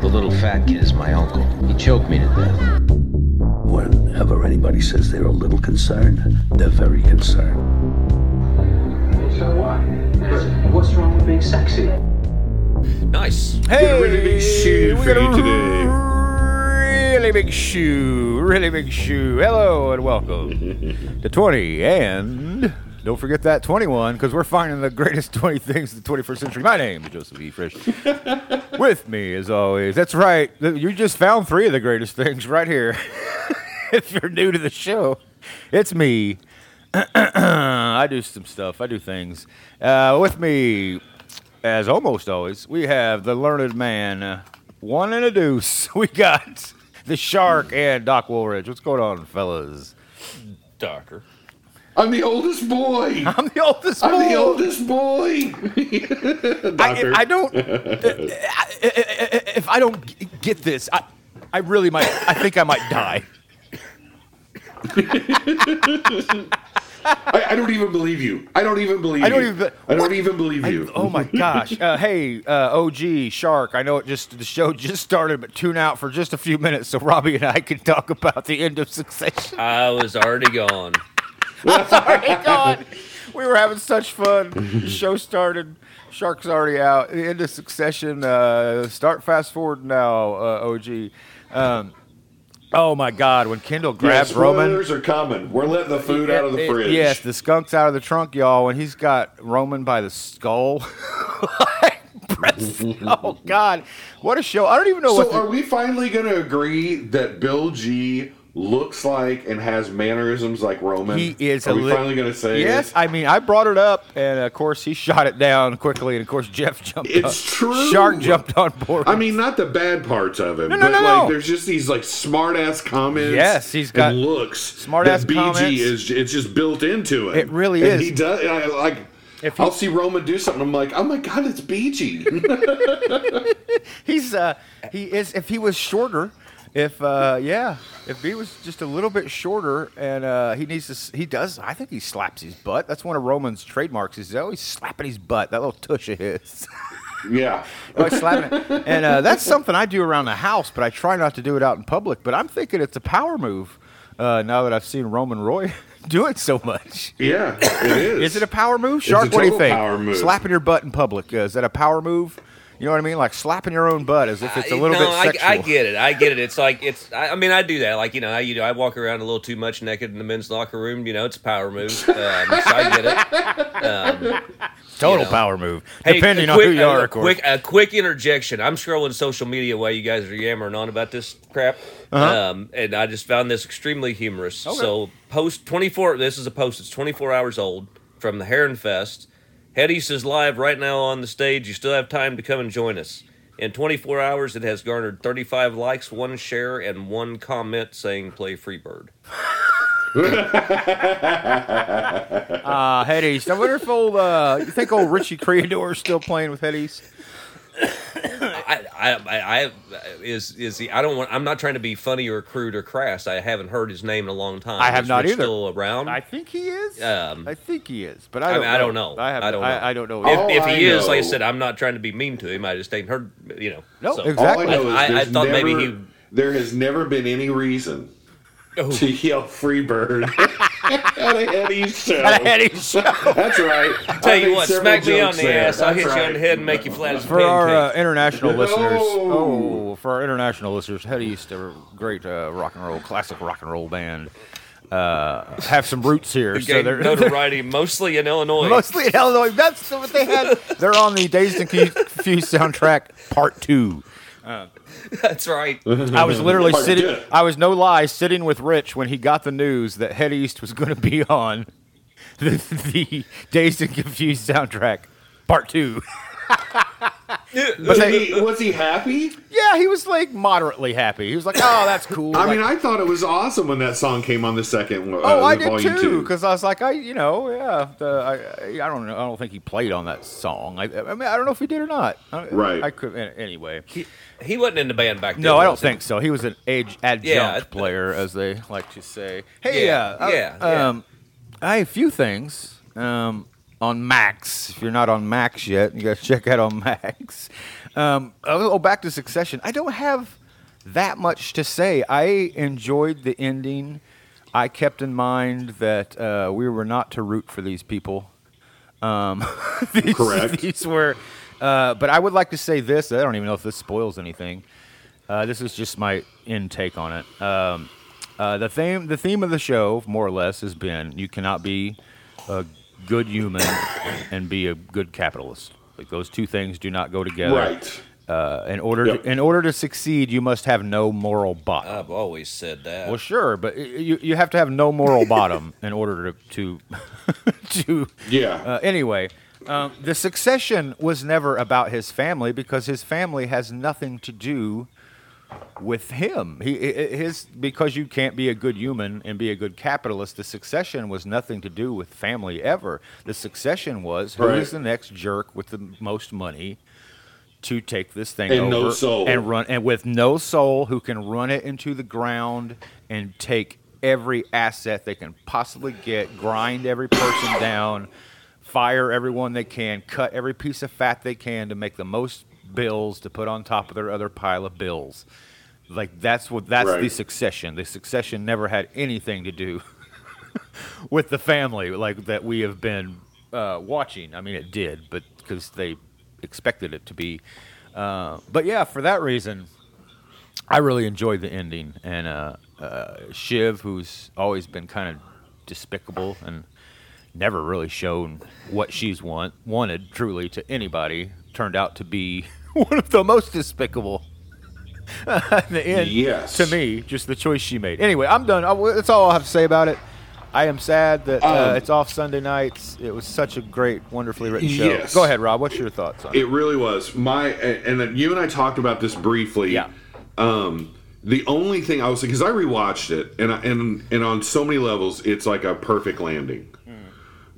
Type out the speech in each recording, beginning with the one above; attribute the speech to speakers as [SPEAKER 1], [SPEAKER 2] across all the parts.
[SPEAKER 1] that kid is my uncle. He choked me to death.
[SPEAKER 2] Whenever anybody says they're a little concerned, they're very concerned.
[SPEAKER 3] So what? What's wrong with being sexy?
[SPEAKER 4] Nice.
[SPEAKER 5] Hey,
[SPEAKER 6] really big shoe
[SPEAKER 5] we
[SPEAKER 6] for
[SPEAKER 5] got
[SPEAKER 6] you
[SPEAKER 5] a
[SPEAKER 6] today.
[SPEAKER 5] Really big shoe, really big shoe. Hello and welcome to 20 and don't forget that 21 because we're finding the greatest 20 things of the 21st century. My name is Joseph E. Frisch. With me, as always, that's right. th- You just found three of the greatest things right here. if you're new to the show, it's me. I do some stuff. I do things. Uh, with me, as almost always, we have the learned man, uh, one and a deuce. We got the shark and Doc Woolridge. What's going on, fellas?
[SPEAKER 4] Darker.
[SPEAKER 6] I'm the oldest boy.
[SPEAKER 5] I'm the oldest.
[SPEAKER 6] I'm the
[SPEAKER 5] boy.
[SPEAKER 6] oldest boy.
[SPEAKER 5] I,
[SPEAKER 6] Doctor.
[SPEAKER 5] I don't. uh, if I don't g- get this, I, I really might. I think I might die.
[SPEAKER 6] I, I don't even believe you. I don't even believe
[SPEAKER 5] I don't
[SPEAKER 6] you.
[SPEAKER 5] even
[SPEAKER 6] I
[SPEAKER 5] be- What?
[SPEAKER 6] don't even believe you.
[SPEAKER 5] Oh my gosh. Uh, hey, uh, OG Shark. I know it just the show just started, but tune out for just a few minutes so Robbie and I can talk about the end of Succession.
[SPEAKER 4] I was already gone.
[SPEAKER 5] Already gone. We were having such fun. The show started. Shark's already out. The end of Succession. Uh, start fast forward now, uh, OG. Um, oh my God! When Kendall
[SPEAKER 6] Yeah,
[SPEAKER 5] grabs Roman.
[SPEAKER 6] spoilers are coming. We're letting the food out of the
[SPEAKER 5] It- it-
[SPEAKER 6] fridge.
[SPEAKER 5] Yes, the skunk's out of the trunk, y'all, and he's got Roman by the skull. Like, press- oh God, what a show! I don't even know
[SPEAKER 6] So
[SPEAKER 5] what. the-
[SPEAKER 6] are we finally going to agree that Bill G looks like and has mannerisms like Roman?
[SPEAKER 5] he is.
[SPEAKER 6] Are
[SPEAKER 5] a
[SPEAKER 6] we
[SPEAKER 5] li-
[SPEAKER 6] finally going to say
[SPEAKER 5] yes?
[SPEAKER 6] this?
[SPEAKER 5] I mean, I brought it up, and of course he shot it down quickly, and of course Jeff jumped.
[SPEAKER 6] It's
[SPEAKER 5] on-
[SPEAKER 6] true.
[SPEAKER 5] uh, Shark jumped on board.
[SPEAKER 6] I mean, not the bad parts of him,
[SPEAKER 5] No, no,
[SPEAKER 6] but
[SPEAKER 5] no,
[SPEAKER 6] like
[SPEAKER 5] no.
[SPEAKER 6] there's just these like smart ass comments.
[SPEAKER 5] Yes, he's got
[SPEAKER 6] and looks
[SPEAKER 5] smart-ass
[SPEAKER 6] that BG
[SPEAKER 5] comments.
[SPEAKER 6] is it's just built into him.
[SPEAKER 5] It really
[SPEAKER 6] And
[SPEAKER 5] is.
[SPEAKER 6] He does and I, like.
[SPEAKER 5] If he-
[SPEAKER 6] I'll see Roman do something. I'm like, oh my god, it's BG.
[SPEAKER 5] he's uh, he is. If he was shorter. If uh yeah, if he was just a little bit shorter and uh he needs to s- he does I think he slaps his butt. That's one of Roman's trademarks. He's always slapping his butt. That little tush of his.
[SPEAKER 6] yeah,
[SPEAKER 5] Oh, it's slapping it. And uh, that's something I do around the house, but I try not to do it out in public. But I'm thinking it's a power move uh, now that I've seen Roman Roy do it so much.
[SPEAKER 6] yeah, it is.
[SPEAKER 5] Is it a power move? Shark, what do you
[SPEAKER 6] total
[SPEAKER 5] think?
[SPEAKER 6] power move.
[SPEAKER 5] Slapping your butt in public. Uh, is that a power move? You know what I mean? Like slapping your own butt as if it's a little
[SPEAKER 4] no,
[SPEAKER 5] bit sexual.
[SPEAKER 4] I, I get it. I get it. It's like it's. I, I mean, I do that. Like you know, I you know, I walk around a little too much naked in the men's locker room. You know, it's a power move. Um, so I get it.
[SPEAKER 5] Total
[SPEAKER 4] know.
[SPEAKER 5] power move.
[SPEAKER 4] Hey,
[SPEAKER 5] depending
[SPEAKER 4] a
[SPEAKER 5] on who
[SPEAKER 4] quick-
[SPEAKER 5] you are,
[SPEAKER 4] a
[SPEAKER 5] of course.
[SPEAKER 4] Quick, a quick interjection. I'm scrolling social media while you guys are yammering on about this crap,
[SPEAKER 5] Uh-huh.
[SPEAKER 4] um, and I just found this extremely humorous. So, post 24. This is a post. It's 24 hours old from the Heron Fest. Hedis is live right now on the stage. You still have time to come and join us. In 24 hours, it has garnered 35 likes, one share, and one comment saying "Play Freebird."
[SPEAKER 5] Ah, Head East. I wonder if old, uh, you think old Richie Creador is still playing with Head East?
[SPEAKER 4] I, I, I, I is is he? I don't want. I'm not trying to be funny or crude or crass. I haven't heard his name in a long time.
[SPEAKER 5] I have
[SPEAKER 4] Is
[SPEAKER 5] not
[SPEAKER 4] Rich
[SPEAKER 5] either.
[SPEAKER 4] Still around?
[SPEAKER 5] I think he is.
[SPEAKER 4] Um,
[SPEAKER 5] I think he is, but I
[SPEAKER 4] I
[SPEAKER 5] don't.
[SPEAKER 4] mean, I don't know.
[SPEAKER 5] I, have,
[SPEAKER 4] I don't know.
[SPEAKER 5] I, don't know.
[SPEAKER 6] All
[SPEAKER 4] if, if he
[SPEAKER 6] Oh, I
[SPEAKER 4] is, like I
[SPEAKER 6] know-
[SPEAKER 4] said, I'm not trying to be mean to him. I just ain't heard. You know.
[SPEAKER 5] No,
[SPEAKER 4] so-
[SPEAKER 5] exactly.
[SPEAKER 6] All I know is
[SPEAKER 4] I- I
[SPEAKER 6] there's
[SPEAKER 4] thought
[SPEAKER 6] never,
[SPEAKER 4] maybe he- Oh.
[SPEAKER 6] there has never been any reason to yell "Freebird" at a Eddie show.
[SPEAKER 5] At a Head East show.
[SPEAKER 6] That's right.
[SPEAKER 4] Tell you what, smack me on the ass. I'll hit you on the head and make you flat as a
[SPEAKER 5] For our uh,
[SPEAKER 4] pancake.
[SPEAKER 5] international listeners,
[SPEAKER 6] No.
[SPEAKER 5] oh, for our international listeners, Head East, a great uh, rock and roll, classic rock and roll band, uh, have some roots here. So
[SPEAKER 4] Gained
[SPEAKER 5] they're, they're
[SPEAKER 4] notoriety mostly in Illinois.
[SPEAKER 5] mostly in Illinois. That's what they had. They're on the Dazed and Confused soundtrack, part two.
[SPEAKER 4] That's right.
[SPEAKER 5] I was literally
[SPEAKER 6] Part
[SPEAKER 5] sitting.
[SPEAKER 6] two.
[SPEAKER 5] I was no lie sitting with Rich when he got the news that Head East was going to be on the, the Dazed and Confused soundtrack, part two.
[SPEAKER 6] But he, was he happy?
[SPEAKER 5] Yeah, he was like moderately happy. He was like, "Oh, that's cool."
[SPEAKER 6] I
[SPEAKER 5] Like,
[SPEAKER 6] mean, I thought it was awesome when that song came on the second. Uh,
[SPEAKER 5] Oh, I
[SPEAKER 6] the
[SPEAKER 5] did
[SPEAKER 6] volume
[SPEAKER 5] too,
[SPEAKER 6] two.
[SPEAKER 5] because I was like, I, you know, yeah, the, I, I I don't know, I don't think he played on that song. I, I mean, I don't know if he did or not. I,
[SPEAKER 6] Right.
[SPEAKER 5] I could an- anyway.
[SPEAKER 4] He wasn't in the band back then.
[SPEAKER 5] No, I don't
[SPEAKER 4] was he?
[SPEAKER 5] think so. He was an age adjunct
[SPEAKER 4] Yeah, I-
[SPEAKER 5] player, as they like to say. Hey,
[SPEAKER 4] Yeah,
[SPEAKER 5] yeah, uh,
[SPEAKER 4] yeah,
[SPEAKER 5] I,
[SPEAKER 4] yeah.
[SPEAKER 5] Um, I have a few things um, on Max. If you're not on Max yet, you got to check out on Max. Um, oh, oh, back to Succession. I don't have that much to say. I enjoyed the ending. I kept in mind that uh, we were not to root for these people. Um, these,
[SPEAKER 6] Correct.
[SPEAKER 5] These were, uh, but I would like to say this. I don't even know if this spoils anything. Uh, this is just my intake on it. Um, uh, the theme, the theme of the show, more or less, has been you cannot be a good human and be a good capitalist. Like those two things do not go together.
[SPEAKER 6] Right.
[SPEAKER 5] Uh, in order,
[SPEAKER 6] Yep.
[SPEAKER 5] to, in order to succeed, you must have no moral bottom.
[SPEAKER 4] I've always said that.
[SPEAKER 5] Well, sure, but y- you you have to have no moral bottom in order to to, to
[SPEAKER 6] Yeah.
[SPEAKER 5] Uh, anyway, um, the succession was never about his family because his family has nothing to do with him. He i- i- his because you can't be a good human and be a good capitalist. The succession was nothing to do with family ever. The succession was who
[SPEAKER 6] Right.
[SPEAKER 5] is the next jerk with the most money to take this thing
[SPEAKER 6] And no
[SPEAKER 5] over
[SPEAKER 6] soul.
[SPEAKER 5] and run and with no soul who can run it into the ground and take every asset they can possibly get, grind every person down, fire everyone they can, cut every piece of fat they can to make the most bills to put on top of their other pile of bills. Like that's what that's the
[SPEAKER 6] Right.
[SPEAKER 5] succession. The succession never had anything to do with the family like that we have been uh, watching. I mean, it did, but because they expected it to be. Uh, but yeah, for that reason, I really enjoyed the ending and uh, uh, Shiv, who's always been kind of despicable and never really shown what she's want wanted truly to anybody, turned out to be one of the most despicable. In the end,
[SPEAKER 6] Yes.
[SPEAKER 5] to me, just the choice she made. Anyway, I'm done. I, that's all I have to say about it. I am sad that uh,
[SPEAKER 6] Um,
[SPEAKER 5] it's off Sunday nights. It was such a great, wonderfully written show.
[SPEAKER 6] Yes.
[SPEAKER 5] Go ahead, Rob. What's your thoughts on it?
[SPEAKER 6] It really was my, and then you and I talked about this briefly.
[SPEAKER 5] Yeah.
[SPEAKER 6] Um, the only thing I was because I rewatched it, and I, and and on so many levels, it's like a perfect landing.
[SPEAKER 5] Hmm.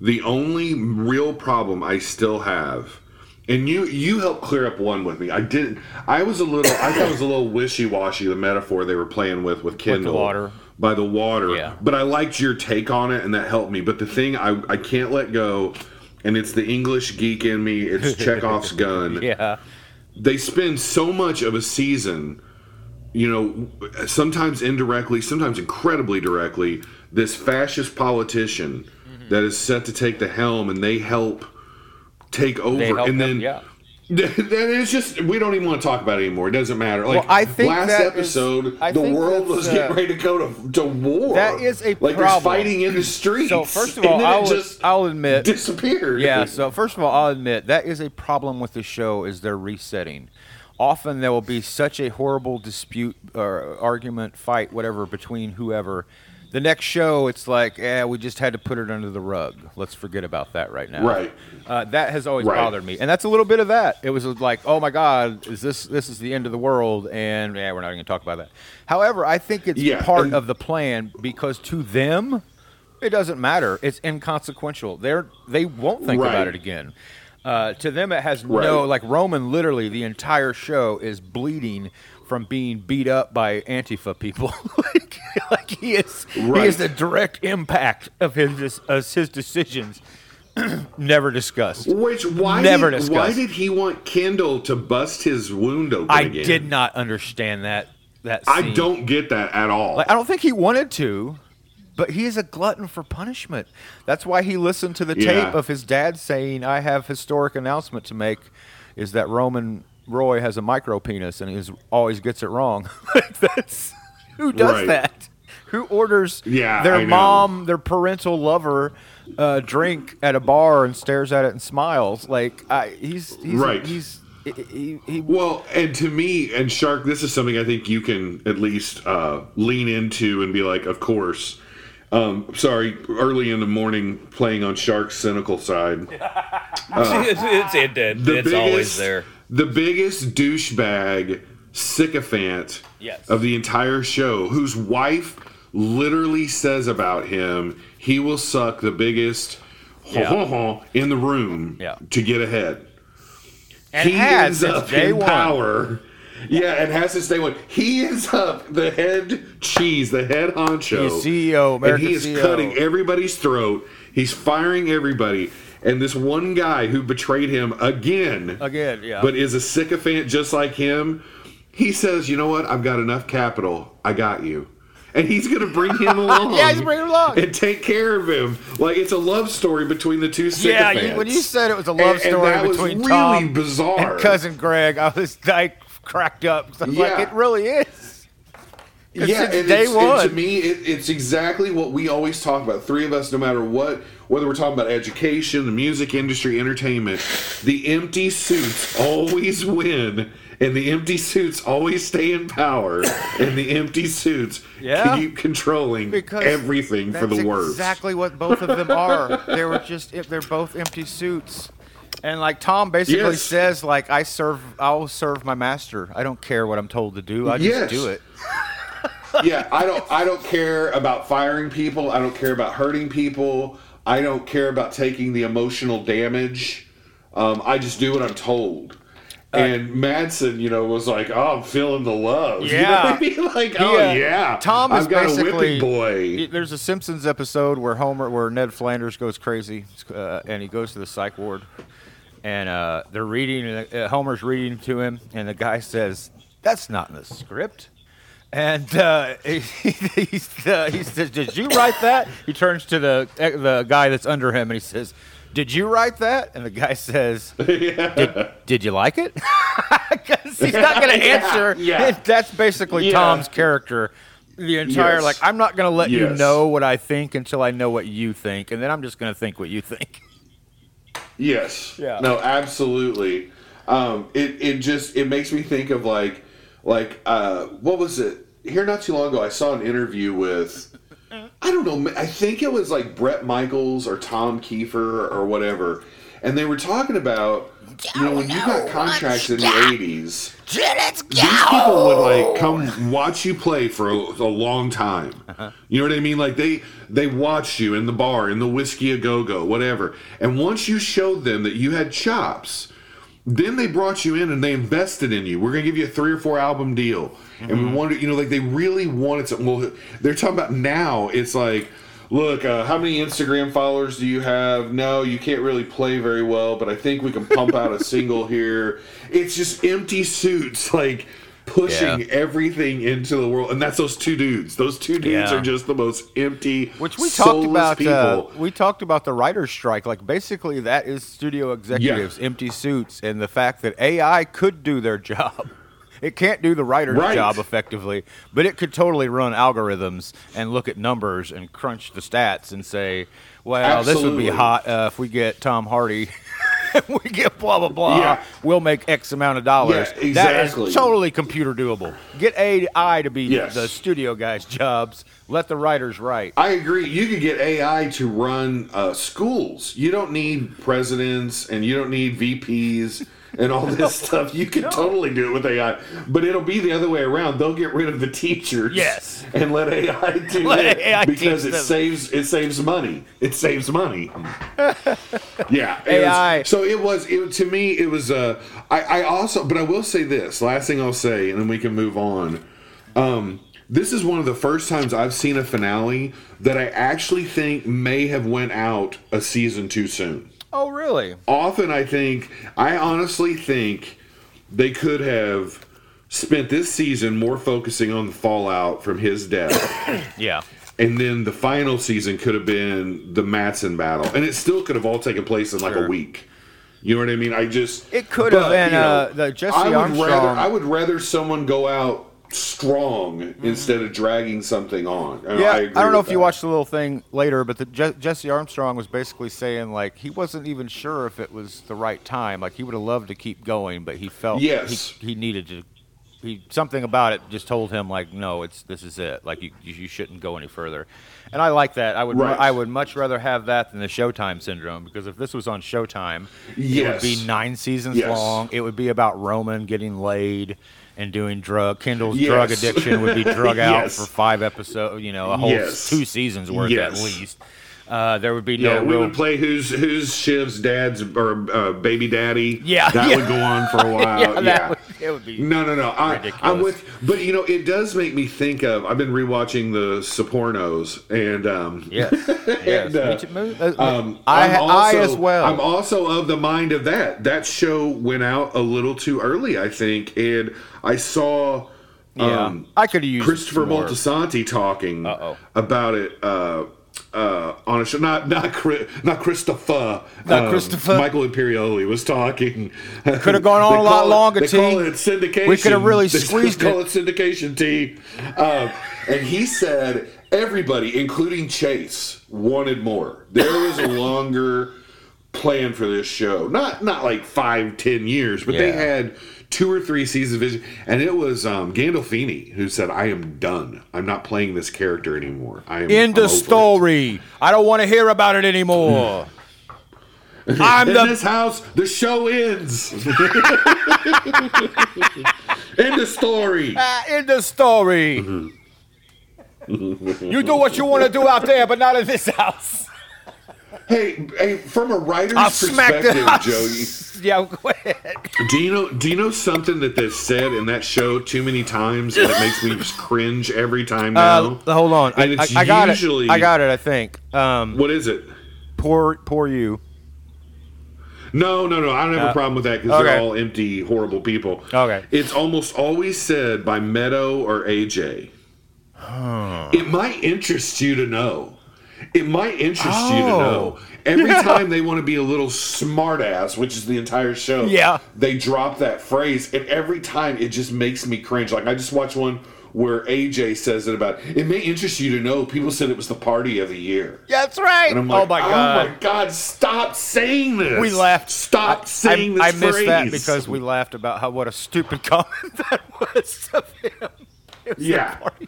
[SPEAKER 6] The only real problem I still have, and you you helped clear up one with me. I didn't. I was a little. I thought it was a little wishy washy. The metaphor they were playing with with Kindle
[SPEAKER 5] water.
[SPEAKER 6] by the water.
[SPEAKER 5] Yeah.
[SPEAKER 6] But I liked your take on it, and that helped me. But the thing I, I can't let go, and it's the English geek in me. It's Chekhov's gun.
[SPEAKER 5] Yeah.
[SPEAKER 6] They spend so much of a season, you know, sometimes indirectly, sometimes incredibly directly. This fascist politician
[SPEAKER 5] Mm-hmm.
[SPEAKER 6] that is set to take the helm, and they help take over,
[SPEAKER 5] They helped
[SPEAKER 6] and
[SPEAKER 5] them-
[SPEAKER 6] then
[SPEAKER 5] yeah.
[SPEAKER 6] Then it's just we don't even want to talk about it anymore. It doesn't matter. Like
[SPEAKER 5] Well, I think
[SPEAKER 6] last
[SPEAKER 5] that is-
[SPEAKER 6] episode,
[SPEAKER 5] I
[SPEAKER 6] the
[SPEAKER 5] think
[SPEAKER 6] world
[SPEAKER 5] that's,
[SPEAKER 6] was
[SPEAKER 5] uh,
[SPEAKER 6] getting ready to go to, to war.
[SPEAKER 5] That is a
[SPEAKER 6] like
[SPEAKER 5] problem.
[SPEAKER 6] there's fighting in the streets.
[SPEAKER 5] So first of
[SPEAKER 6] and
[SPEAKER 5] all,
[SPEAKER 6] then it
[SPEAKER 5] I'll,
[SPEAKER 6] just
[SPEAKER 5] I'll admit
[SPEAKER 6] disappeared.
[SPEAKER 5] Yeah. So first of all, I'll admit that is a problem with the show is their resetting. Often there will be such a horrible dispute or argument, fight, whatever between whoever. The next show, it's like, eh, we just had to put it under the rug. Let's forget about that right now.
[SPEAKER 6] Right.
[SPEAKER 5] Uh, that has always
[SPEAKER 6] Right.
[SPEAKER 5] bothered me, and that's a little bit of that. It was like, oh my God, is this this is the end of the world? And yeah, we're not going to talk about that. However, I think it's
[SPEAKER 6] Yeah,
[SPEAKER 5] part
[SPEAKER 6] and-
[SPEAKER 5] of the plan because to them, it doesn't matter. It's inconsequential. They're they won't think about
[SPEAKER 6] Right.
[SPEAKER 5] it again. Uh, to them, it has no
[SPEAKER 6] Right.
[SPEAKER 5] like Roman. Literally, the entire show is bleeding from being beat up by Antifa people. like, like he is, he is
[SPEAKER 6] Right.
[SPEAKER 5] the direct impact of his of his decisions. Never discussed.
[SPEAKER 6] Which why
[SPEAKER 5] Never
[SPEAKER 6] did, why
[SPEAKER 5] discussed.
[SPEAKER 6] did he want Kendall to bust his wound open?
[SPEAKER 5] I
[SPEAKER 6] again?
[SPEAKER 5] did not understand that. That
[SPEAKER 6] I
[SPEAKER 5] scene.
[SPEAKER 6] don't get that at all.
[SPEAKER 5] Like, I don't think he wanted to, but he is a glutton for punishment. That's why he listened to the
[SPEAKER 6] Yeah.
[SPEAKER 5] tape of his dad saying, "I have historic announcement to make," is that Roman Roy has a micro penis and he always gets it wrong. Like, That's who does
[SPEAKER 6] Right.
[SPEAKER 5] that. Who orders
[SPEAKER 6] Yeah,
[SPEAKER 5] their
[SPEAKER 6] I know.
[SPEAKER 5] mom, their parental lover, uh, drink at a bar and stares at it and smiles? Like I, he's, he's
[SPEAKER 6] Right.
[SPEAKER 5] He's he, he, he
[SPEAKER 6] Well, and to me, and Shark, this is something I think you can at least uh, lean into and be like, of course. Um, sorry, early in the morning, playing on Shark's cynical side.
[SPEAKER 4] it's it's, it, it-
[SPEAKER 6] The
[SPEAKER 4] it's always there.
[SPEAKER 6] The biggest douchebag sycophant
[SPEAKER 4] Yes.
[SPEAKER 6] of the entire show, whose wife literally says about him, he will suck the biggest in the room
[SPEAKER 5] Yeah.
[SPEAKER 6] to get ahead.
[SPEAKER 5] and had since day one.
[SPEAKER 6] power. Yeah, and has since day one. He is up the head cheese, the head honcho.
[SPEAKER 5] He's E CEO, American
[SPEAKER 6] and he is
[SPEAKER 5] CEO.
[SPEAKER 6] cutting everybody's throat. He's firing everybody. And this one guy who betrayed him again,
[SPEAKER 5] Again, yeah.
[SPEAKER 6] but is a sycophant just like him. He says, "You know what? I've got enough capital. I got you." And he's gonna bring him along.
[SPEAKER 5] Yeah, he's bringing him along.
[SPEAKER 6] and take care of him. Like it's a love story between the two
[SPEAKER 5] Yeah,
[SPEAKER 6] sycophants.
[SPEAKER 5] you, when you said it was a love
[SPEAKER 6] And- and
[SPEAKER 5] story
[SPEAKER 6] that was
[SPEAKER 5] between
[SPEAKER 6] really
[SPEAKER 5] Tom
[SPEAKER 6] bizarre.
[SPEAKER 5] and cousin Greg, I was like cracked up. 'cause I'm like,
[SPEAKER 6] Yeah.
[SPEAKER 5] it really is. 'Cause
[SPEAKER 6] yeah,
[SPEAKER 5] since
[SPEAKER 6] and
[SPEAKER 5] day
[SPEAKER 6] it's,
[SPEAKER 5] one.
[SPEAKER 6] And to me, it, it's exactly what we always talk about. Three of us, no matter what, whether we're talking about education, the music industry, entertainment, the empty suits always win, and the empty suits always stay in power, and the empty suits
[SPEAKER 5] Yeah.
[SPEAKER 6] keep controlling
[SPEAKER 7] Because
[SPEAKER 6] everything for the worst.
[SPEAKER 5] Exactly what both of them are. they were just they're both empty suits. And like Tom basically
[SPEAKER 6] Yes.
[SPEAKER 5] says, like I serve, I'll serve my master. I don't care what I'm told to do. I just
[SPEAKER 6] Yes.
[SPEAKER 5] do it.
[SPEAKER 6] yeah, I don't I don't care about firing people. I don't care about hurting people. I don't care about taking the emotional damage. Um, I just do what I'm told.
[SPEAKER 5] Uh,
[SPEAKER 6] And Madsen, you know, was like, "Oh, I'm feeling the love." You know
[SPEAKER 5] Yeah.
[SPEAKER 6] what I mean? like, oh
[SPEAKER 5] uh,
[SPEAKER 6] yeah.
[SPEAKER 5] Tom is
[SPEAKER 6] I've got a
[SPEAKER 5] basically-
[SPEAKER 6] whipping boy.
[SPEAKER 5] There's a Simpsons episode where Homer, where Ned Flanders goes crazy, uh, and he goes to the psych ward, and uh, they're reading, and uh, Homer's reading to him, and the guy says, "That's not in the script." And uh, he, he's, uh, he says, "Did you write that?" He turns to the eh, the guy that's under him, and he says, "Did you write that?" And the guy says, "Did, did you like it?" Because he's not going to answer.
[SPEAKER 6] yeah.
[SPEAKER 5] And That's basically
[SPEAKER 6] Yeah.
[SPEAKER 5] Tom's character. The entire
[SPEAKER 6] Yes.
[SPEAKER 5] like, I'm not going to let you
[SPEAKER 6] Yes.
[SPEAKER 5] know what I think until I know what you think, and then I'm just going to think what you think.
[SPEAKER 6] Yes.
[SPEAKER 5] Yeah.
[SPEAKER 6] No, absolutely. Um, it it just it makes me think of like like uh, what was it here not too long ago? I saw an interview with I don't know. I think it was like Brett Michaels or Tom Kiefer or whatever, and they were talking about you know when you got contracts in the '80s, these people would like come watch you play for a, a long time. You know what I mean? Like they they watched you in the bar, in the whiskey a go go, whatever. And once you showed them that you had chops, then they brought you in and they invested in you. We're gonna give you a three or four album deal,
[SPEAKER 5] Mm-hmm.
[SPEAKER 6] and we wanted, you know, like they really wanted to. Well, they're talking about now. It's like. Look, uh, how many Instagram followers do you have? No, you can't really play very well, but I think we can pump out a single here. It's just empty suits, like pushing
[SPEAKER 5] Yeah.
[SPEAKER 6] everything into the world, and that's those two dudes. Those two dudes
[SPEAKER 5] Yeah.
[SPEAKER 6] are just the most empty,
[SPEAKER 5] Which we talked
[SPEAKER 6] soulless
[SPEAKER 5] about.
[SPEAKER 6] People.
[SPEAKER 5] Uh, we talked about the writers' strike. Like basically, that is studio executives, empty suits, and the fact that AI could do their job. It can't do the writer's
[SPEAKER 6] Right.
[SPEAKER 5] job effectively, but it could totally run algorithms and look at numbers and crunch the stats and say, "Well, this would
[SPEAKER 6] Absolutely.
[SPEAKER 5] be hot uh, if we get Tom Hardy." if we get blah blah blah.
[SPEAKER 6] Yeah.
[SPEAKER 5] We'll make X amount of dollars.
[SPEAKER 6] Yeah,
[SPEAKER 5] That
[SPEAKER 6] exactly.
[SPEAKER 5] is totally computer doable. Get AI to be
[SPEAKER 6] Yes.
[SPEAKER 5] the studio guys' jobs. Let the writers write.
[SPEAKER 6] I agree. You could get AI to run uh, schools. You don't need presidents and you don't need VPs and all this stuff. You can totally do it with AI, but it'll be the other way around. They'll get rid of the teachers,
[SPEAKER 5] Yes.
[SPEAKER 6] and let AI do
[SPEAKER 5] Let
[SPEAKER 6] it
[SPEAKER 5] AI
[SPEAKER 6] because
[SPEAKER 5] teach
[SPEAKER 6] it
[SPEAKER 5] them.
[SPEAKER 6] saves it saves money. It saves money. yeah, it was-
[SPEAKER 5] AI.
[SPEAKER 6] so it was. It to me, it was. Uh, I, I also, but I will say this. Last thing I'll say, and then we can move on. Um, this is one of the first times I've seen a finale that I actually think may have went out a season too soon.
[SPEAKER 5] Oh, really?
[SPEAKER 6] Often, I think I honestly think they could have spent this season more focusing on the fallout from his death.
[SPEAKER 5] Yeah.
[SPEAKER 6] And then the final season could have been the Matson battle, and it still could have all taken place in like a week. You know what I mean? I just
[SPEAKER 5] It could have
[SPEAKER 6] but,
[SPEAKER 5] been,
[SPEAKER 6] you
[SPEAKER 5] uh, the Jesse
[SPEAKER 6] I would
[SPEAKER 5] Armstrong-
[SPEAKER 6] rather I would rather someone go out strong instead of dragging something on. And
[SPEAKER 5] Mm-hmm. Yeah. I,
[SPEAKER 6] agree
[SPEAKER 5] don't know
[SPEAKER 6] with
[SPEAKER 5] if you
[SPEAKER 6] that.
[SPEAKER 5] watched the little thing later, but the Je- Jesse Armstrong was basically saying like he wasn't even sure if it was the right time. Like he would have loved to keep going, but he felt
[SPEAKER 6] Yes.
[SPEAKER 5] he, he needed to. He something about it just told him like no, it's this is it. Like you you you shouldn't go any further. And I like that. I would mu-
[SPEAKER 6] Right.
[SPEAKER 5] I would much rather have that than the Showtime syndrome because if this was on Showtime, it would
[SPEAKER 6] Yes.
[SPEAKER 5] be nine seasons
[SPEAKER 6] Yes.
[SPEAKER 5] long. It would be about Roman getting laid and doing drug Kindle's
[SPEAKER 6] Yes.
[SPEAKER 5] drug addiction would be drug out
[SPEAKER 6] Yes.
[SPEAKER 5] for five episodes. You know, a whole
[SPEAKER 6] Yes.
[SPEAKER 5] two seasons worth
[SPEAKER 6] Yes.
[SPEAKER 5] at least. Uh, there would be no
[SPEAKER 6] Yeah, we
[SPEAKER 5] real-
[SPEAKER 6] would play who's who's Shiv's dad's or uh, baby daddy.
[SPEAKER 5] Yeah,
[SPEAKER 6] that
[SPEAKER 5] yeah.
[SPEAKER 6] would go on for a while.
[SPEAKER 5] yeah,
[SPEAKER 6] yeah,
[SPEAKER 5] that Would, it would be.
[SPEAKER 6] no, no, no. I,
[SPEAKER 5] Ridiculous.
[SPEAKER 6] I'm with, but you know, it does make me think of. I've been rewatching the Sopranos, and um,
[SPEAKER 5] Yes. yes.
[SPEAKER 6] uh,
[SPEAKER 5] Me too- me- uh,
[SPEAKER 6] um,
[SPEAKER 5] I,
[SPEAKER 6] I'm
[SPEAKER 5] I
[SPEAKER 6] also-
[SPEAKER 5] as well.
[SPEAKER 6] I'm also of the mind of that. That show went out a little too early, I think, and I saw
[SPEAKER 5] yeah.
[SPEAKER 6] um,
[SPEAKER 5] I could have used
[SPEAKER 6] Christopher
[SPEAKER 5] some more.
[SPEAKER 6] Moltisanti talking
[SPEAKER 5] Uh-oh.
[SPEAKER 6] about it uh, uh, on a show. Not not Chri- not Christopher. um,
[SPEAKER 5] Not Christopher.
[SPEAKER 6] Michael Imperioli was talking. Could
[SPEAKER 5] have gone on a lot longer,
[SPEAKER 6] They
[SPEAKER 5] T.
[SPEAKER 6] call it syndication.
[SPEAKER 5] We could have really
[SPEAKER 6] They
[SPEAKER 5] squeezed
[SPEAKER 6] call it syndication, T. Uh, and he said everybody, including Chase, wanted more. There was a longer plan for this show. Not not like five, ten years, but they
[SPEAKER 5] Yeah.
[SPEAKER 6] had two or three seasons of vision. And it was um, Gandolfini who said, I am done. I'm not playing this character anymore. I am
[SPEAKER 5] End
[SPEAKER 6] I'm
[SPEAKER 5] of
[SPEAKER 6] over it."
[SPEAKER 5] story. I don't want to hear about it anymore. I'm
[SPEAKER 6] In
[SPEAKER 5] the
[SPEAKER 6] this house, the show ends. End of story.
[SPEAKER 5] ah, end of story.
[SPEAKER 6] Mm-hmm.
[SPEAKER 5] you do what you want to do out there, but not in this house.
[SPEAKER 6] Hey, hey, from a writer's
[SPEAKER 5] I'll smack the
[SPEAKER 6] perspective,
[SPEAKER 5] house.
[SPEAKER 6] Joey,
[SPEAKER 5] Yeah, go ahead.
[SPEAKER 6] do you know do you know something that they said in that show too many times that makes me cringe every time now?
[SPEAKER 5] Uh, hold on.
[SPEAKER 6] And
[SPEAKER 5] I,
[SPEAKER 6] it's
[SPEAKER 5] I got
[SPEAKER 6] usually-
[SPEAKER 5] it. I got it. I think. Um,
[SPEAKER 6] what is it?
[SPEAKER 5] poor, poor you.
[SPEAKER 6] No, no, no. I don't have a problem with that because
[SPEAKER 5] Uh, okay.
[SPEAKER 6] they're all empty, horrible people.
[SPEAKER 5] Okay.
[SPEAKER 6] It's almost always said by Meadow or AJ. It might interest you to know. It might interest you to
[SPEAKER 5] Oh.
[SPEAKER 6] know. Every time they want to be a little smartass, which is the entire show,
[SPEAKER 5] Yeah.
[SPEAKER 6] they drop that phrase, and every time it just makes me cringe. Like I just watched one where AJ says it about it may interest you to know people said it was the party of the year.
[SPEAKER 5] That's right.
[SPEAKER 6] And I'm like,
[SPEAKER 5] oh my god.
[SPEAKER 6] Oh my god! Stop saying this.
[SPEAKER 5] we laughed.
[SPEAKER 6] Stop
[SPEAKER 5] I-
[SPEAKER 6] saying this
[SPEAKER 5] I, I missed
[SPEAKER 6] phrase.
[SPEAKER 5] that because we laughed about how what a stupid comment that was of him. It was
[SPEAKER 6] Yeah.
[SPEAKER 5] the party.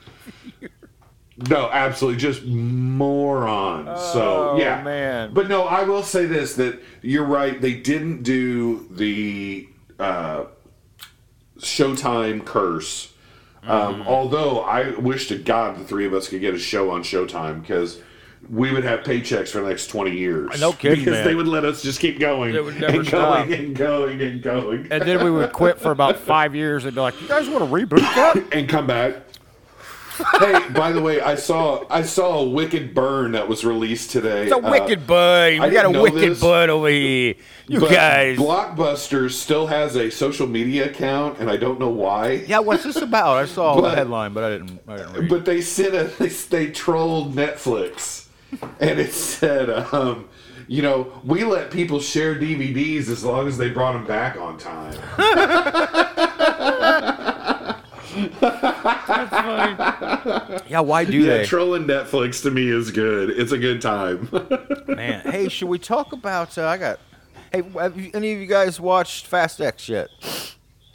[SPEAKER 6] no, absolutely, just moron. so
[SPEAKER 5] Oh,
[SPEAKER 6] yeah,
[SPEAKER 5] man.
[SPEAKER 6] But no, I will say this: that you're right. They didn't do the uh, Showtime curse. Um,
[SPEAKER 5] Mm-hmm.
[SPEAKER 6] Although I wish to God the three of us could get a show on Showtime because. We would have paychecks for the next twenty years.
[SPEAKER 5] No kidding,
[SPEAKER 6] because
[SPEAKER 5] man.
[SPEAKER 6] they would let us just keep going
[SPEAKER 5] They would never
[SPEAKER 6] and
[SPEAKER 5] stop.
[SPEAKER 6] going and going and going.
[SPEAKER 5] And then we would quit for about five years and be like, "You guys want to reboot that?"
[SPEAKER 6] and come back. hey, by the way, I saw I saw a Wicked Burn that was released today.
[SPEAKER 5] It's a
[SPEAKER 6] Uh,
[SPEAKER 5] wicked bud.
[SPEAKER 6] I
[SPEAKER 5] We got a
[SPEAKER 6] didn't know
[SPEAKER 5] wicked
[SPEAKER 6] this,
[SPEAKER 5] bud over here. You
[SPEAKER 6] but
[SPEAKER 5] guys.
[SPEAKER 6] Blockbuster still has a social media account, and I don't know why.
[SPEAKER 5] yeah, what's this about? I saw the
[SPEAKER 6] But-
[SPEAKER 5] headline, but I didn't. I didn't read.
[SPEAKER 6] But they sent a they, they trolled Netflix, and it said, um, you know, we let people share DVDs as long as they brought them back on time.
[SPEAKER 5] yeah, why do
[SPEAKER 6] Yeah,
[SPEAKER 5] they?
[SPEAKER 6] trolling Netflix to me is good. It's a good time.
[SPEAKER 5] Man, hey, should we talk about? Uh, I got. Hey, have you, any of you guys watched Fast X yet?